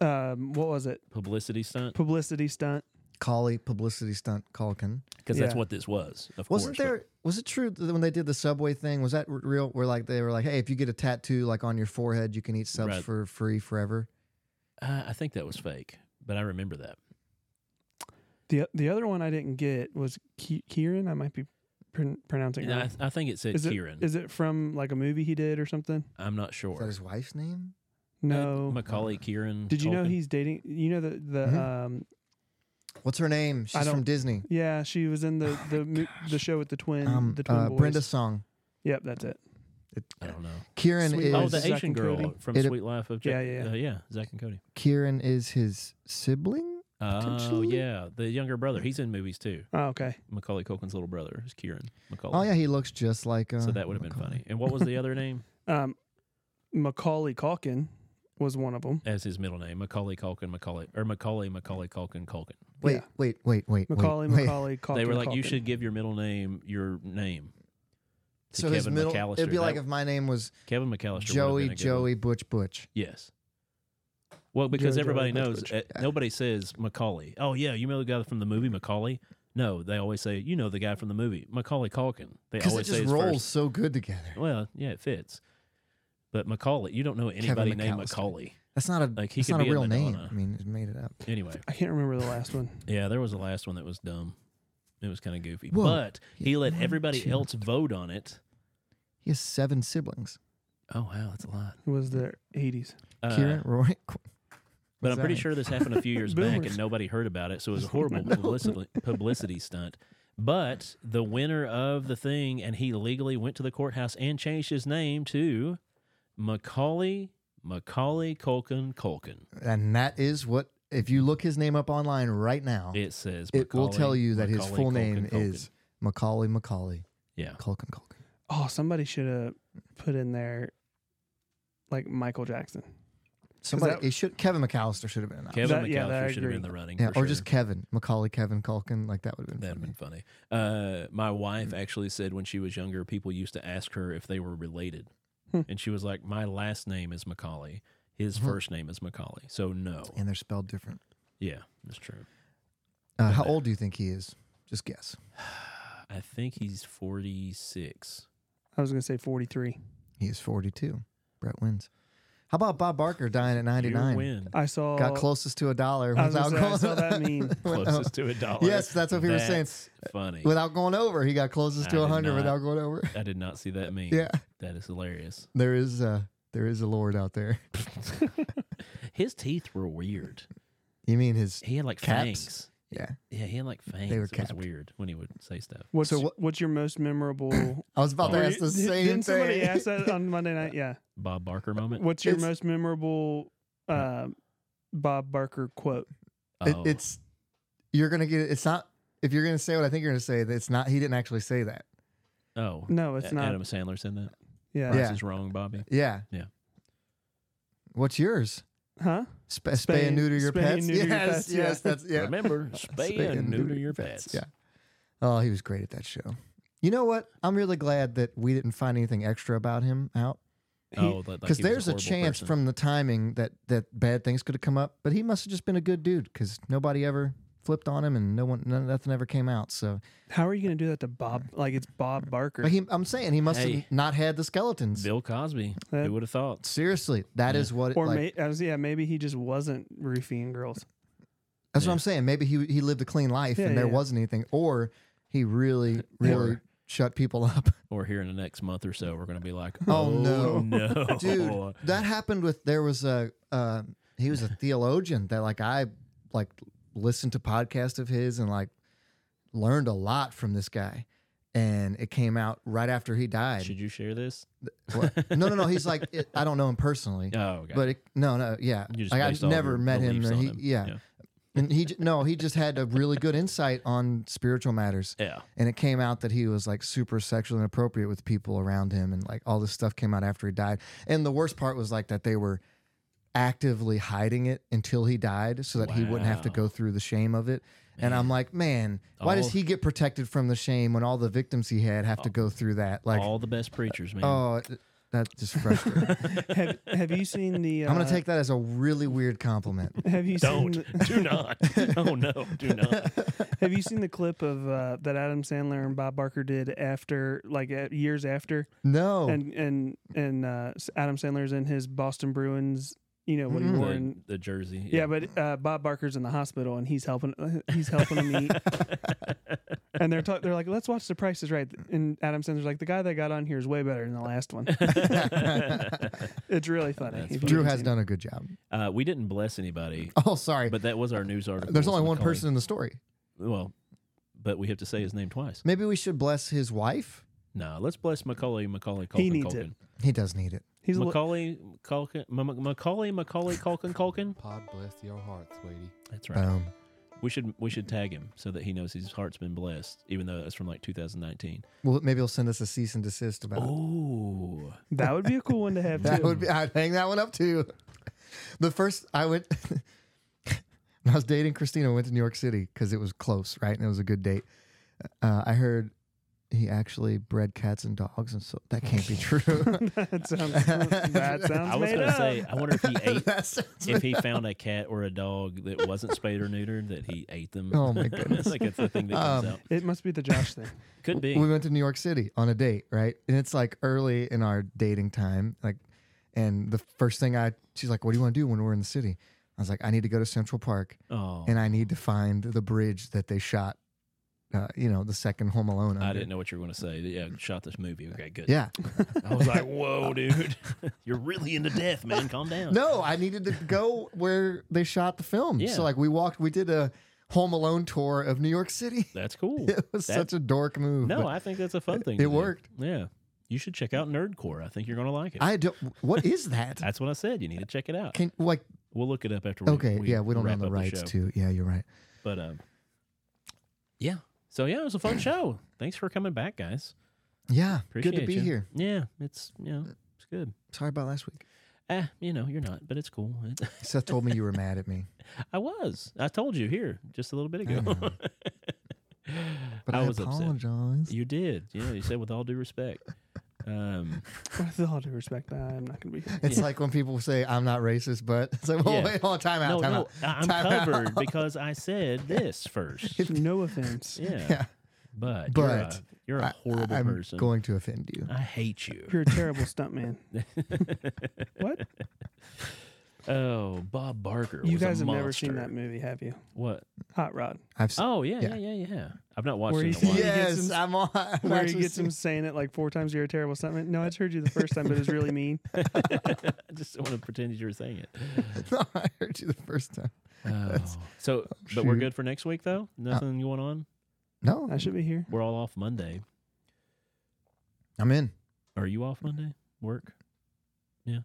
S3: um, what was it?
S2: Publicity stunt
S3: Publicity stunt.
S1: Collie publicity stunt. Culkin.
S2: because that's
S3: Yeah.
S2: what this was. Of course,
S1: Wasn't
S2: but-
S1: there? Was it true that when they did the subway thing? Was that r- real? Where like they were like, hey, if you get a tattoo like on your forehead, you can eat subs
S2: Right.
S1: for free forever.
S2: Uh, I think that was fake, but I remember that.
S3: The the other one I didn't get was Ki- Kieran. I might be pron- pronouncing it
S2: And
S3: wrong.
S2: I, I think it said
S3: Is it-
S2: Kieran.
S3: Is it from like a movie he did or something?
S2: I'm not
S1: Is that
S2: sure. Uh,
S1: his wife's name?
S3: No.
S2: Macaulay Kieran.
S3: Did you know
S2: Culkin?
S3: he's dating? You know the the
S1: Mhm.
S3: um
S1: What's her name? She's from
S3: don't-
S1: Disney.
S3: yeah she was in
S2: Oh
S3: the the mo- the show with the twin
S1: Um,
S3: the twin
S1: uh,
S3: boys.
S1: Brenda Song.
S3: Yep, that's it.
S1: It,
S2: I don't know.
S1: Kieran
S3: Sweet-
S1: is
S2: Oh,
S3: Is
S2: the
S3: Zack
S2: Asian
S3: and
S2: girl
S3: Cody?
S2: from
S1: It-
S2: Sweet Life of Uh, Jack.
S3: Yeah, yeah, yeah.
S2: uh, yeah, Zach and Cody.
S1: Kieran is his sibling.
S2: Oh
S1: Potentially.
S2: yeah, the younger brother. He's in movies too.
S3: Oh, okay.
S2: Macaulay Culkin's little brother is Kieran Macaulay.
S1: Oh yeah, he looks just like. Uh,
S2: so that would have been
S1: Macaulay.
S2: funny. And what was the other name
S3: Um, Macaulay Calkin was one of them.
S2: as his middle name? Macaulay Culkin, Macaulay or Macaulay Macaulay Culkin Culkin.
S1: Wait,
S3: Yeah.
S1: wait, wait, wait. wait,
S3: Macaulay
S1: wait.
S3: Macaulay Calkin.
S2: they were like, you
S3: Culkin.
S2: should give your middle name your name. To
S1: So
S2: Kevin
S1: his middle.
S2: McAllister.
S1: It'd be like
S2: That-
S1: if my name was
S2: Kevin McAllister. would've
S1: Joey
S2: been a good one.
S1: Joey Butch Butch.
S2: Yes. Well, because
S3: Joey,
S2: everybody
S3: Joey,
S2: knows,
S3: Butch,
S2: uh, nobody says Macaulay. Oh yeah, you know the guy from the movie Macaulay. No, they always say you know the guy from the movie Macaulay Culkin. They
S1: Because
S2: always
S1: it
S2: say
S1: just
S2: his
S1: rolls
S2: first-
S1: so good together.
S2: Well, yeah, it fits. But Macaulay, you don't know anybody named
S1: McAllister.
S2: Macaulay.
S1: That's not a.
S2: Like, he
S1: that's
S2: could
S1: not a
S2: be a
S1: real name.
S2: Madonna.
S1: I mean, it made it up.
S2: Anyway,
S3: I can't remember the last one.
S2: yeah, there was a last one that was dumb. It was kind of goofy,
S1: Whoa.
S2: but he let
S1: One,
S2: everybody
S1: two,
S2: else vote on it.
S1: He has seven siblings.
S2: Oh wow, that's a lot.
S3: It was the 80s.
S2: Uh,
S1: Kieran Roy. Qu-
S2: But I'm pretty
S1: Zach.
S2: sure this happened a few years back
S3: Boomers.
S2: and nobody heard about it. So it was a horrible publicity, publicity stunt. But the winner of the thing, and he legally went to the courthouse and changed his name to Macaulay, Macaulay Culkin Culkin.
S1: And that is what. If you look his name up online right now,
S2: It says
S1: Oh. it will tell
S2: Macaulay-
S1: you that his
S2: Macaulay
S1: full
S2: Culkin
S1: name
S2: Culkin.
S1: is Macaulay Macaulay
S2: Yeah.
S1: Culkin Culkin.
S3: Oh, somebody should have put in there like Michael Jackson.
S1: Somebody
S3: that-
S1: it should Kevin McAllister should have been announced.
S2: Kevin
S3: That-
S2: McAllister
S3: yeah, that I
S2: should have been in
S3: agree.
S2: the running.
S1: Yeah,
S2: for
S1: or
S2: sure.
S1: just Kevin Macaulay Kevin Culkin. Like that would have been.
S2: That'd have
S1: funny.
S2: been funny. Uh, my wife actually said when she was younger, people used to ask her if they were related,
S3: Hmm.
S2: and she was like, "My last name is Macaulay. His
S1: Hmm.
S2: first name is Macaulay. So no,
S1: And they're spelled different.
S2: yeah, that's true.
S1: Uh, how
S2: Okay.
S1: old do you think he is? Just guess.
S2: I think he's forty six.
S3: I was going to say 43.
S1: He is 42. Brett wins. How about Bob Barker dying at
S2: You
S1: 99?
S2: win.
S3: I saw.
S1: Got closest to a dollar
S3: Oh. I was
S1: without
S3: gonna say, I
S1: going.
S3: saw that meme.
S2: Closest to a dollar.
S1: yes, that's what people were saying.
S2: That's Funny.
S1: Without going over, he got closest
S2: I
S1: to
S2: did
S1: 100
S2: not.
S1: without going over.
S2: I did not see that meme.
S1: Yeah,
S2: That is hilarious.
S1: there is uh there is a lord out there.
S2: His teeth were weird.
S1: You mean his?
S2: He had like
S1: Caps?
S2: fangs.
S1: Yeah,
S2: Yeah, he had like fangs.
S1: were
S2: it was
S1: capped.
S2: weird when he would say stuff.
S3: What's,
S1: So what-
S3: what's your most memorable?
S1: I was about
S2: Oh.
S1: to
S3: Were
S1: ask the
S3: you-
S1: same
S3: Didn't somebody
S1: thing.
S3: ask that on Monday night? Yeah.
S2: Bob Barker moment.
S3: What's your
S1: It's-
S3: most memorable uh, Bob Barker quote?
S1: It,
S2: Oh.
S1: it's you're gonna get it. It's not if you're gonna say what I think you're gonna say. that It's not. He didn't actually say that.
S2: oh
S3: No, it's
S2: A-
S3: not.
S2: Adam Sandler said that.
S3: Yeah.
S2: Price
S1: Yeah.
S2: is wrong, Bobby.
S1: Yeah.
S2: Yeah.
S1: What's yours?
S3: Huh?
S1: Sp- spay
S3: Spay-
S1: and neuter your
S3: spay and
S1: pets.
S3: neuter your
S1: yes,
S3: pets, yeah.
S1: yes, that's yeah.
S2: Remember, spay, and neuter your pets.
S1: Yeah. Oh, he was great at that show. You know what? I'm really glad that we didn't find anything extra about him out
S2: Oh, like- like
S1: because
S2: he was
S1: there's a,
S2: horrible
S1: chance
S2: person.
S1: from the timing that that bad things could have come up. But he must have just been a good dude because nobody ever flipped on him and no one none, nothing ever came out. So
S3: How are you going to do that to Bob? Like, it's Bob Barker.
S1: but he, I'm saying he must have
S2: Hey.
S1: not had the skeletons.
S2: Bill Cosby.
S3: Yeah.
S2: Who would have thought?
S1: Seriously, that
S2: Yeah.
S1: is what. It,
S3: or
S1: like,
S3: may, I was, yeah, maybe he just wasn't roofing girls.
S1: That's
S2: Yeah.
S1: what I'm saying. Maybe he he lived a clean life
S3: Yeah,
S1: and there
S3: yeah.
S1: wasn't anything, or he really really
S2: Or-
S1: shut people up.
S2: Or here in the next month or so, we're going to be like,
S1: Oh, no.
S2: no,
S1: Dude, that happened with there was a uh, he was a theologian that like I like listened to podcast of his and like learned a lot from this guy, and it came out right after he died.
S2: Should you share this?
S1: What? no, no, no. He's like it, I don't know him personally,
S2: Oh, okay.
S1: but it, no, no, yeah.
S2: You just
S1: Like,
S2: based
S1: I've
S2: all
S1: never
S2: your
S1: met him.
S2: beliefs
S1: and
S2: on
S1: he,
S2: him.
S1: yeah. and he j- no, he just had a really good insight on spiritual matters.
S2: yeah.
S1: and it came out that he was like super sexually inappropriate with people around him and like all this stuff came out after he died and the worst part was like that they were actively hiding it until he died so that he wouldn't have to
S2: Wow.
S1: go through the shame of it and i'm like man why
S2: All-
S1: does he get protected from the shame when all the victims he had have to go through that like
S2: All the best preachers, man.
S1: oh that just frustrating
S3: have, have you seen the? Uh,
S1: i'm gonna take that as a really weird compliment
S3: Have you
S2: don't,
S3: seen?
S2: do not. Oh no, do not.
S3: Have you seen the clip of uh, that Adam Sandler and Bob Barker did after, like uh, years after,
S1: no
S3: and and and uh, S- Adam Sandler's in his Boston Bruins, you know what he
S1: Mhm.
S3: wore.
S2: The,
S3: in-
S2: the jersey.
S3: yeah, but uh, Bob Barker's in the hospital and he's helping. uh, He's helping him eat. and they're talk, they're like, let's watch The Price is Right. And Adam Sandler's like, the guy that got on here is way better than the last one. it's really funny.
S2: That's
S3: if you
S1: drew
S3: haven't
S1: has
S3: seen
S1: done a good job
S2: uh, we didn't bless anybody,
S1: oh sorry
S2: but that was our news article.
S1: there's
S2: was
S1: only one
S2: Macaulay.
S1: person in the story
S2: Well, but we have to say his name twice.
S1: maybe we should bless his wife
S2: No, let's bless Macaulay Macaulay Culkin.
S3: He needs
S2: Culkin.
S3: it.
S1: he does need it
S3: it. He's a li-
S2: Macaulay Culkin, Ma- Ma- Macaulay Macaulay Culkin Culkin.
S5: God bless your heart, sweetie.
S2: That's right.
S1: Boom.
S3: Uh,
S2: We should we should tag him so that he knows his heart's been blessed, even though it's from like 2019.
S1: Well, maybe he'll send us a cease and desist
S3: Uh,
S1: about. it.
S2: Oh,
S3: That would be a cool one to have
S1: That
S3: too.
S1: would be. I'd hang that one up too. The first I went when I was dating Christina. I went to New York City because it was close, right? And it was a good date. Uh, I heard he actually bred cats and dogs, and so that can't be true.
S3: that sounds. That sounds
S2: I was
S3: made
S2: gonna
S3: up.
S2: say, I wonder if he ate
S1: That sounds-
S2: if he found a cat or a dog that wasn't spayed or neutered that he ate them.
S1: Oh, my goodness.
S2: I think that's the thing that comes
S1: Um,
S2: out.
S3: It must be the Josh thing.
S2: Could be.
S1: we went to New York City on a date, right? And it's like early in our dating time, like, and the first thing I, she's like, "What do you want to do when we're in the city?" I was like, "I need to go to Central Park,
S2: oh,
S1: and I need to find the bridge that they shot, uh, you know, the second Home Alone."
S2: I
S1: under."
S2: didn't know what you were gonna say. Yeah, shot this movie. Okay, good.
S1: Yeah,
S2: I was like, whoa, dude, you're really into death, man. Calm down.
S1: no, I needed to go where they shot the film.
S2: Yeah.
S1: So like, we walked, we did a Home Alone tour of New York City.
S2: that's cool.
S1: It was
S2: That-
S1: such a dork move.
S2: No,
S1: but
S2: I think that's a fun thing. to
S1: it
S2: do.
S1: worked.
S2: Yeah, you should check out Nerdcore. I think you're gonna like it.
S1: I don't. What is that?
S2: that's what I said. You need to check it out.
S1: Can like
S2: We'll look it up after. We,
S1: okay,
S2: we
S1: yeah, we don't
S2: wrap
S1: own the
S2: up
S1: rights
S2: show.
S1: to. Yeah, you're right.
S2: But um, yeah. So yeah, it was a fun show. Thanks for coming back, guys.
S1: Yeah,
S2: Appreciate
S1: good to be
S2: ya.
S1: here.
S2: Yeah, it's you know it's good.
S1: Sorry about last week.
S2: Ah, you know you're not, but it's cool. It-
S1: Seth told me you were mad at me,
S2: I was. I told you here just a little bit
S1: I
S2: ago.
S1: but
S2: I
S1: I,
S2: was upset.
S1: apologize.
S2: you did. Yeah, you said with all due respect. Um,
S3: With all due respect, I'm not going to be. Here.
S1: It's like when people say I'm not racist, but it's like, well,
S2: Yeah.
S1: wait, hold on, time
S2: no,
S1: out, time
S2: no,
S1: out.
S2: I- I'm
S1: Time out.
S2: covered because I said this first.
S3: No offense.
S2: Yeah,
S1: Yeah,
S2: but you're a-
S1: But
S2: you're a,
S1: I-
S2: horrible
S1: I'm
S2: person.
S1: going to offend you.
S2: I hate you.
S3: You're a terrible stuntman. what?
S2: Oh, Bob Barker.
S3: You
S2: was a
S3: guys have never seen
S2: monster.
S3: that movie, have you?
S2: What?
S3: Hot Rod,
S1: I've seen.
S2: Oh yeah, yeah,
S1: Yeah.
S2: yeah, yeah. I've not watched
S3: Where
S2: it. In
S3: he-
S2: a while.
S3: Yeah.
S1: yes,
S3: gets him-
S1: I'm on. I've
S3: where he
S1: actually
S3: gets him
S1: seen-
S3: saying it like four times. You're a terrible stuntman. No, I just heard you the first time, but it was really mean.
S2: I just want to pretend that you were saying it.
S1: No, I heard you the first time.
S2: Oh. So, but we're
S1: shoot.
S2: good for next week though. Nothing going on.
S1: No,
S3: I should be here.
S2: We're all off Monday.
S1: I'm in.
S2: Are you off Monday? Work? Yeah,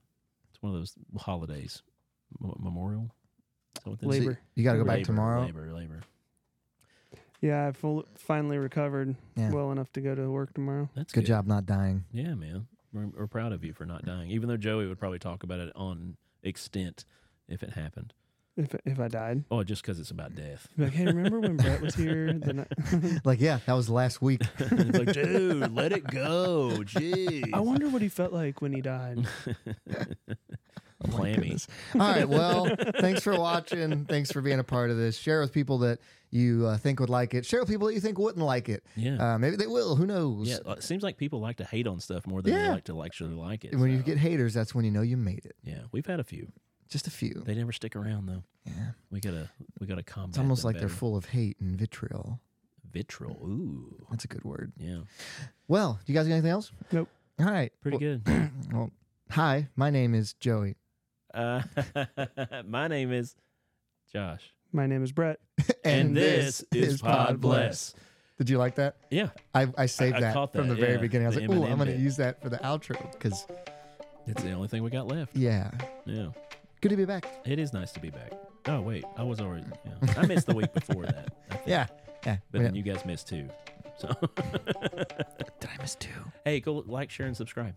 S2: it's one of those holidays. M- Memorial. Is that what that is?
S1: So
S3: Labor.
S1: you got to go
S2: Labor,
S1: back tomorrow.
S2: Labor, labor.
S3: Yeah, I full, finally recovered
S1: Yeah.
S3: well enough to go to work tomorrow.
S2: That's
S1: Good job not dying.
S2: Yeah, man. We're, we're proud of you for not dying, even though Joey would probably talk about it on extent if it happened.
S3: If if I died,
S2: Oh, just because it's about death.
S3: Be like, hey, remember when Brett was here? The night-
S1: Like, yeah, that was last week.
S2: it's like, dude, let it go. Jeez.
S3: I wonder what he felt like when he died.
S1: Oh my
S2: Clammy.
S1: goodness. All right. Well, thanks for watching. Thanks for being a part of this. Share with people that you uh, think would like it. Share with people that you think wouldn't like it.
S2: Yeah.
S1: Uh, maybe they will. Who knows?
S2: yeah. uh, It seems like people like to hate on stuff more than they
S1: Yeah.
S2: like to actually like it.
S1: when you
S2: so,
S1: get haters, that's when you know you made it.
S2: yeah, we've had a few.
S1: Just a few.
S2: They never stick around though.
S1: yeah.
S2: We gotta, we gotta combat.
S1: It's almost
S2: them
S1: like
S2: better.
S1: they're full of hate and vitriol.
S2: Vitriol. Ooh.
S1: That's a good word.
S2: Yeah.
S1: Well, you guys got anything else?
S3: Nope.
S1: All right.
S2: Pretty
S1: well,
S2: good.
S1: Well, hi, my name is Joey.
S2: Uh, my name is Josh,
S3: My name is Brett.
S1: Did you like that?
S2: Yeah.
S1: I, I saved
S2: I
S1: that
S2: caught
S1: from
S2: that,
S1: the very
S2: yeah,
S1: beginning. I was
S2: the
S1: like, "Ooh,
S2: Eminem
S1: I'm going to
S2: bit."
S1: use that for the outro because,
S2: It's the only thing we got left.
S1: yeah,
S2: Yeah.
S1: good to be back.
S2: It is nice to be back. Oh wait, I was already. Yeah. I missed the week before that, I think.
S1: Yeah, yeah.
S2: but
S1: we
S2: then
S1: know.
S2: you guys missed too. So
S1: Did I miss two?
S2: hey, go like, share, and subscribe.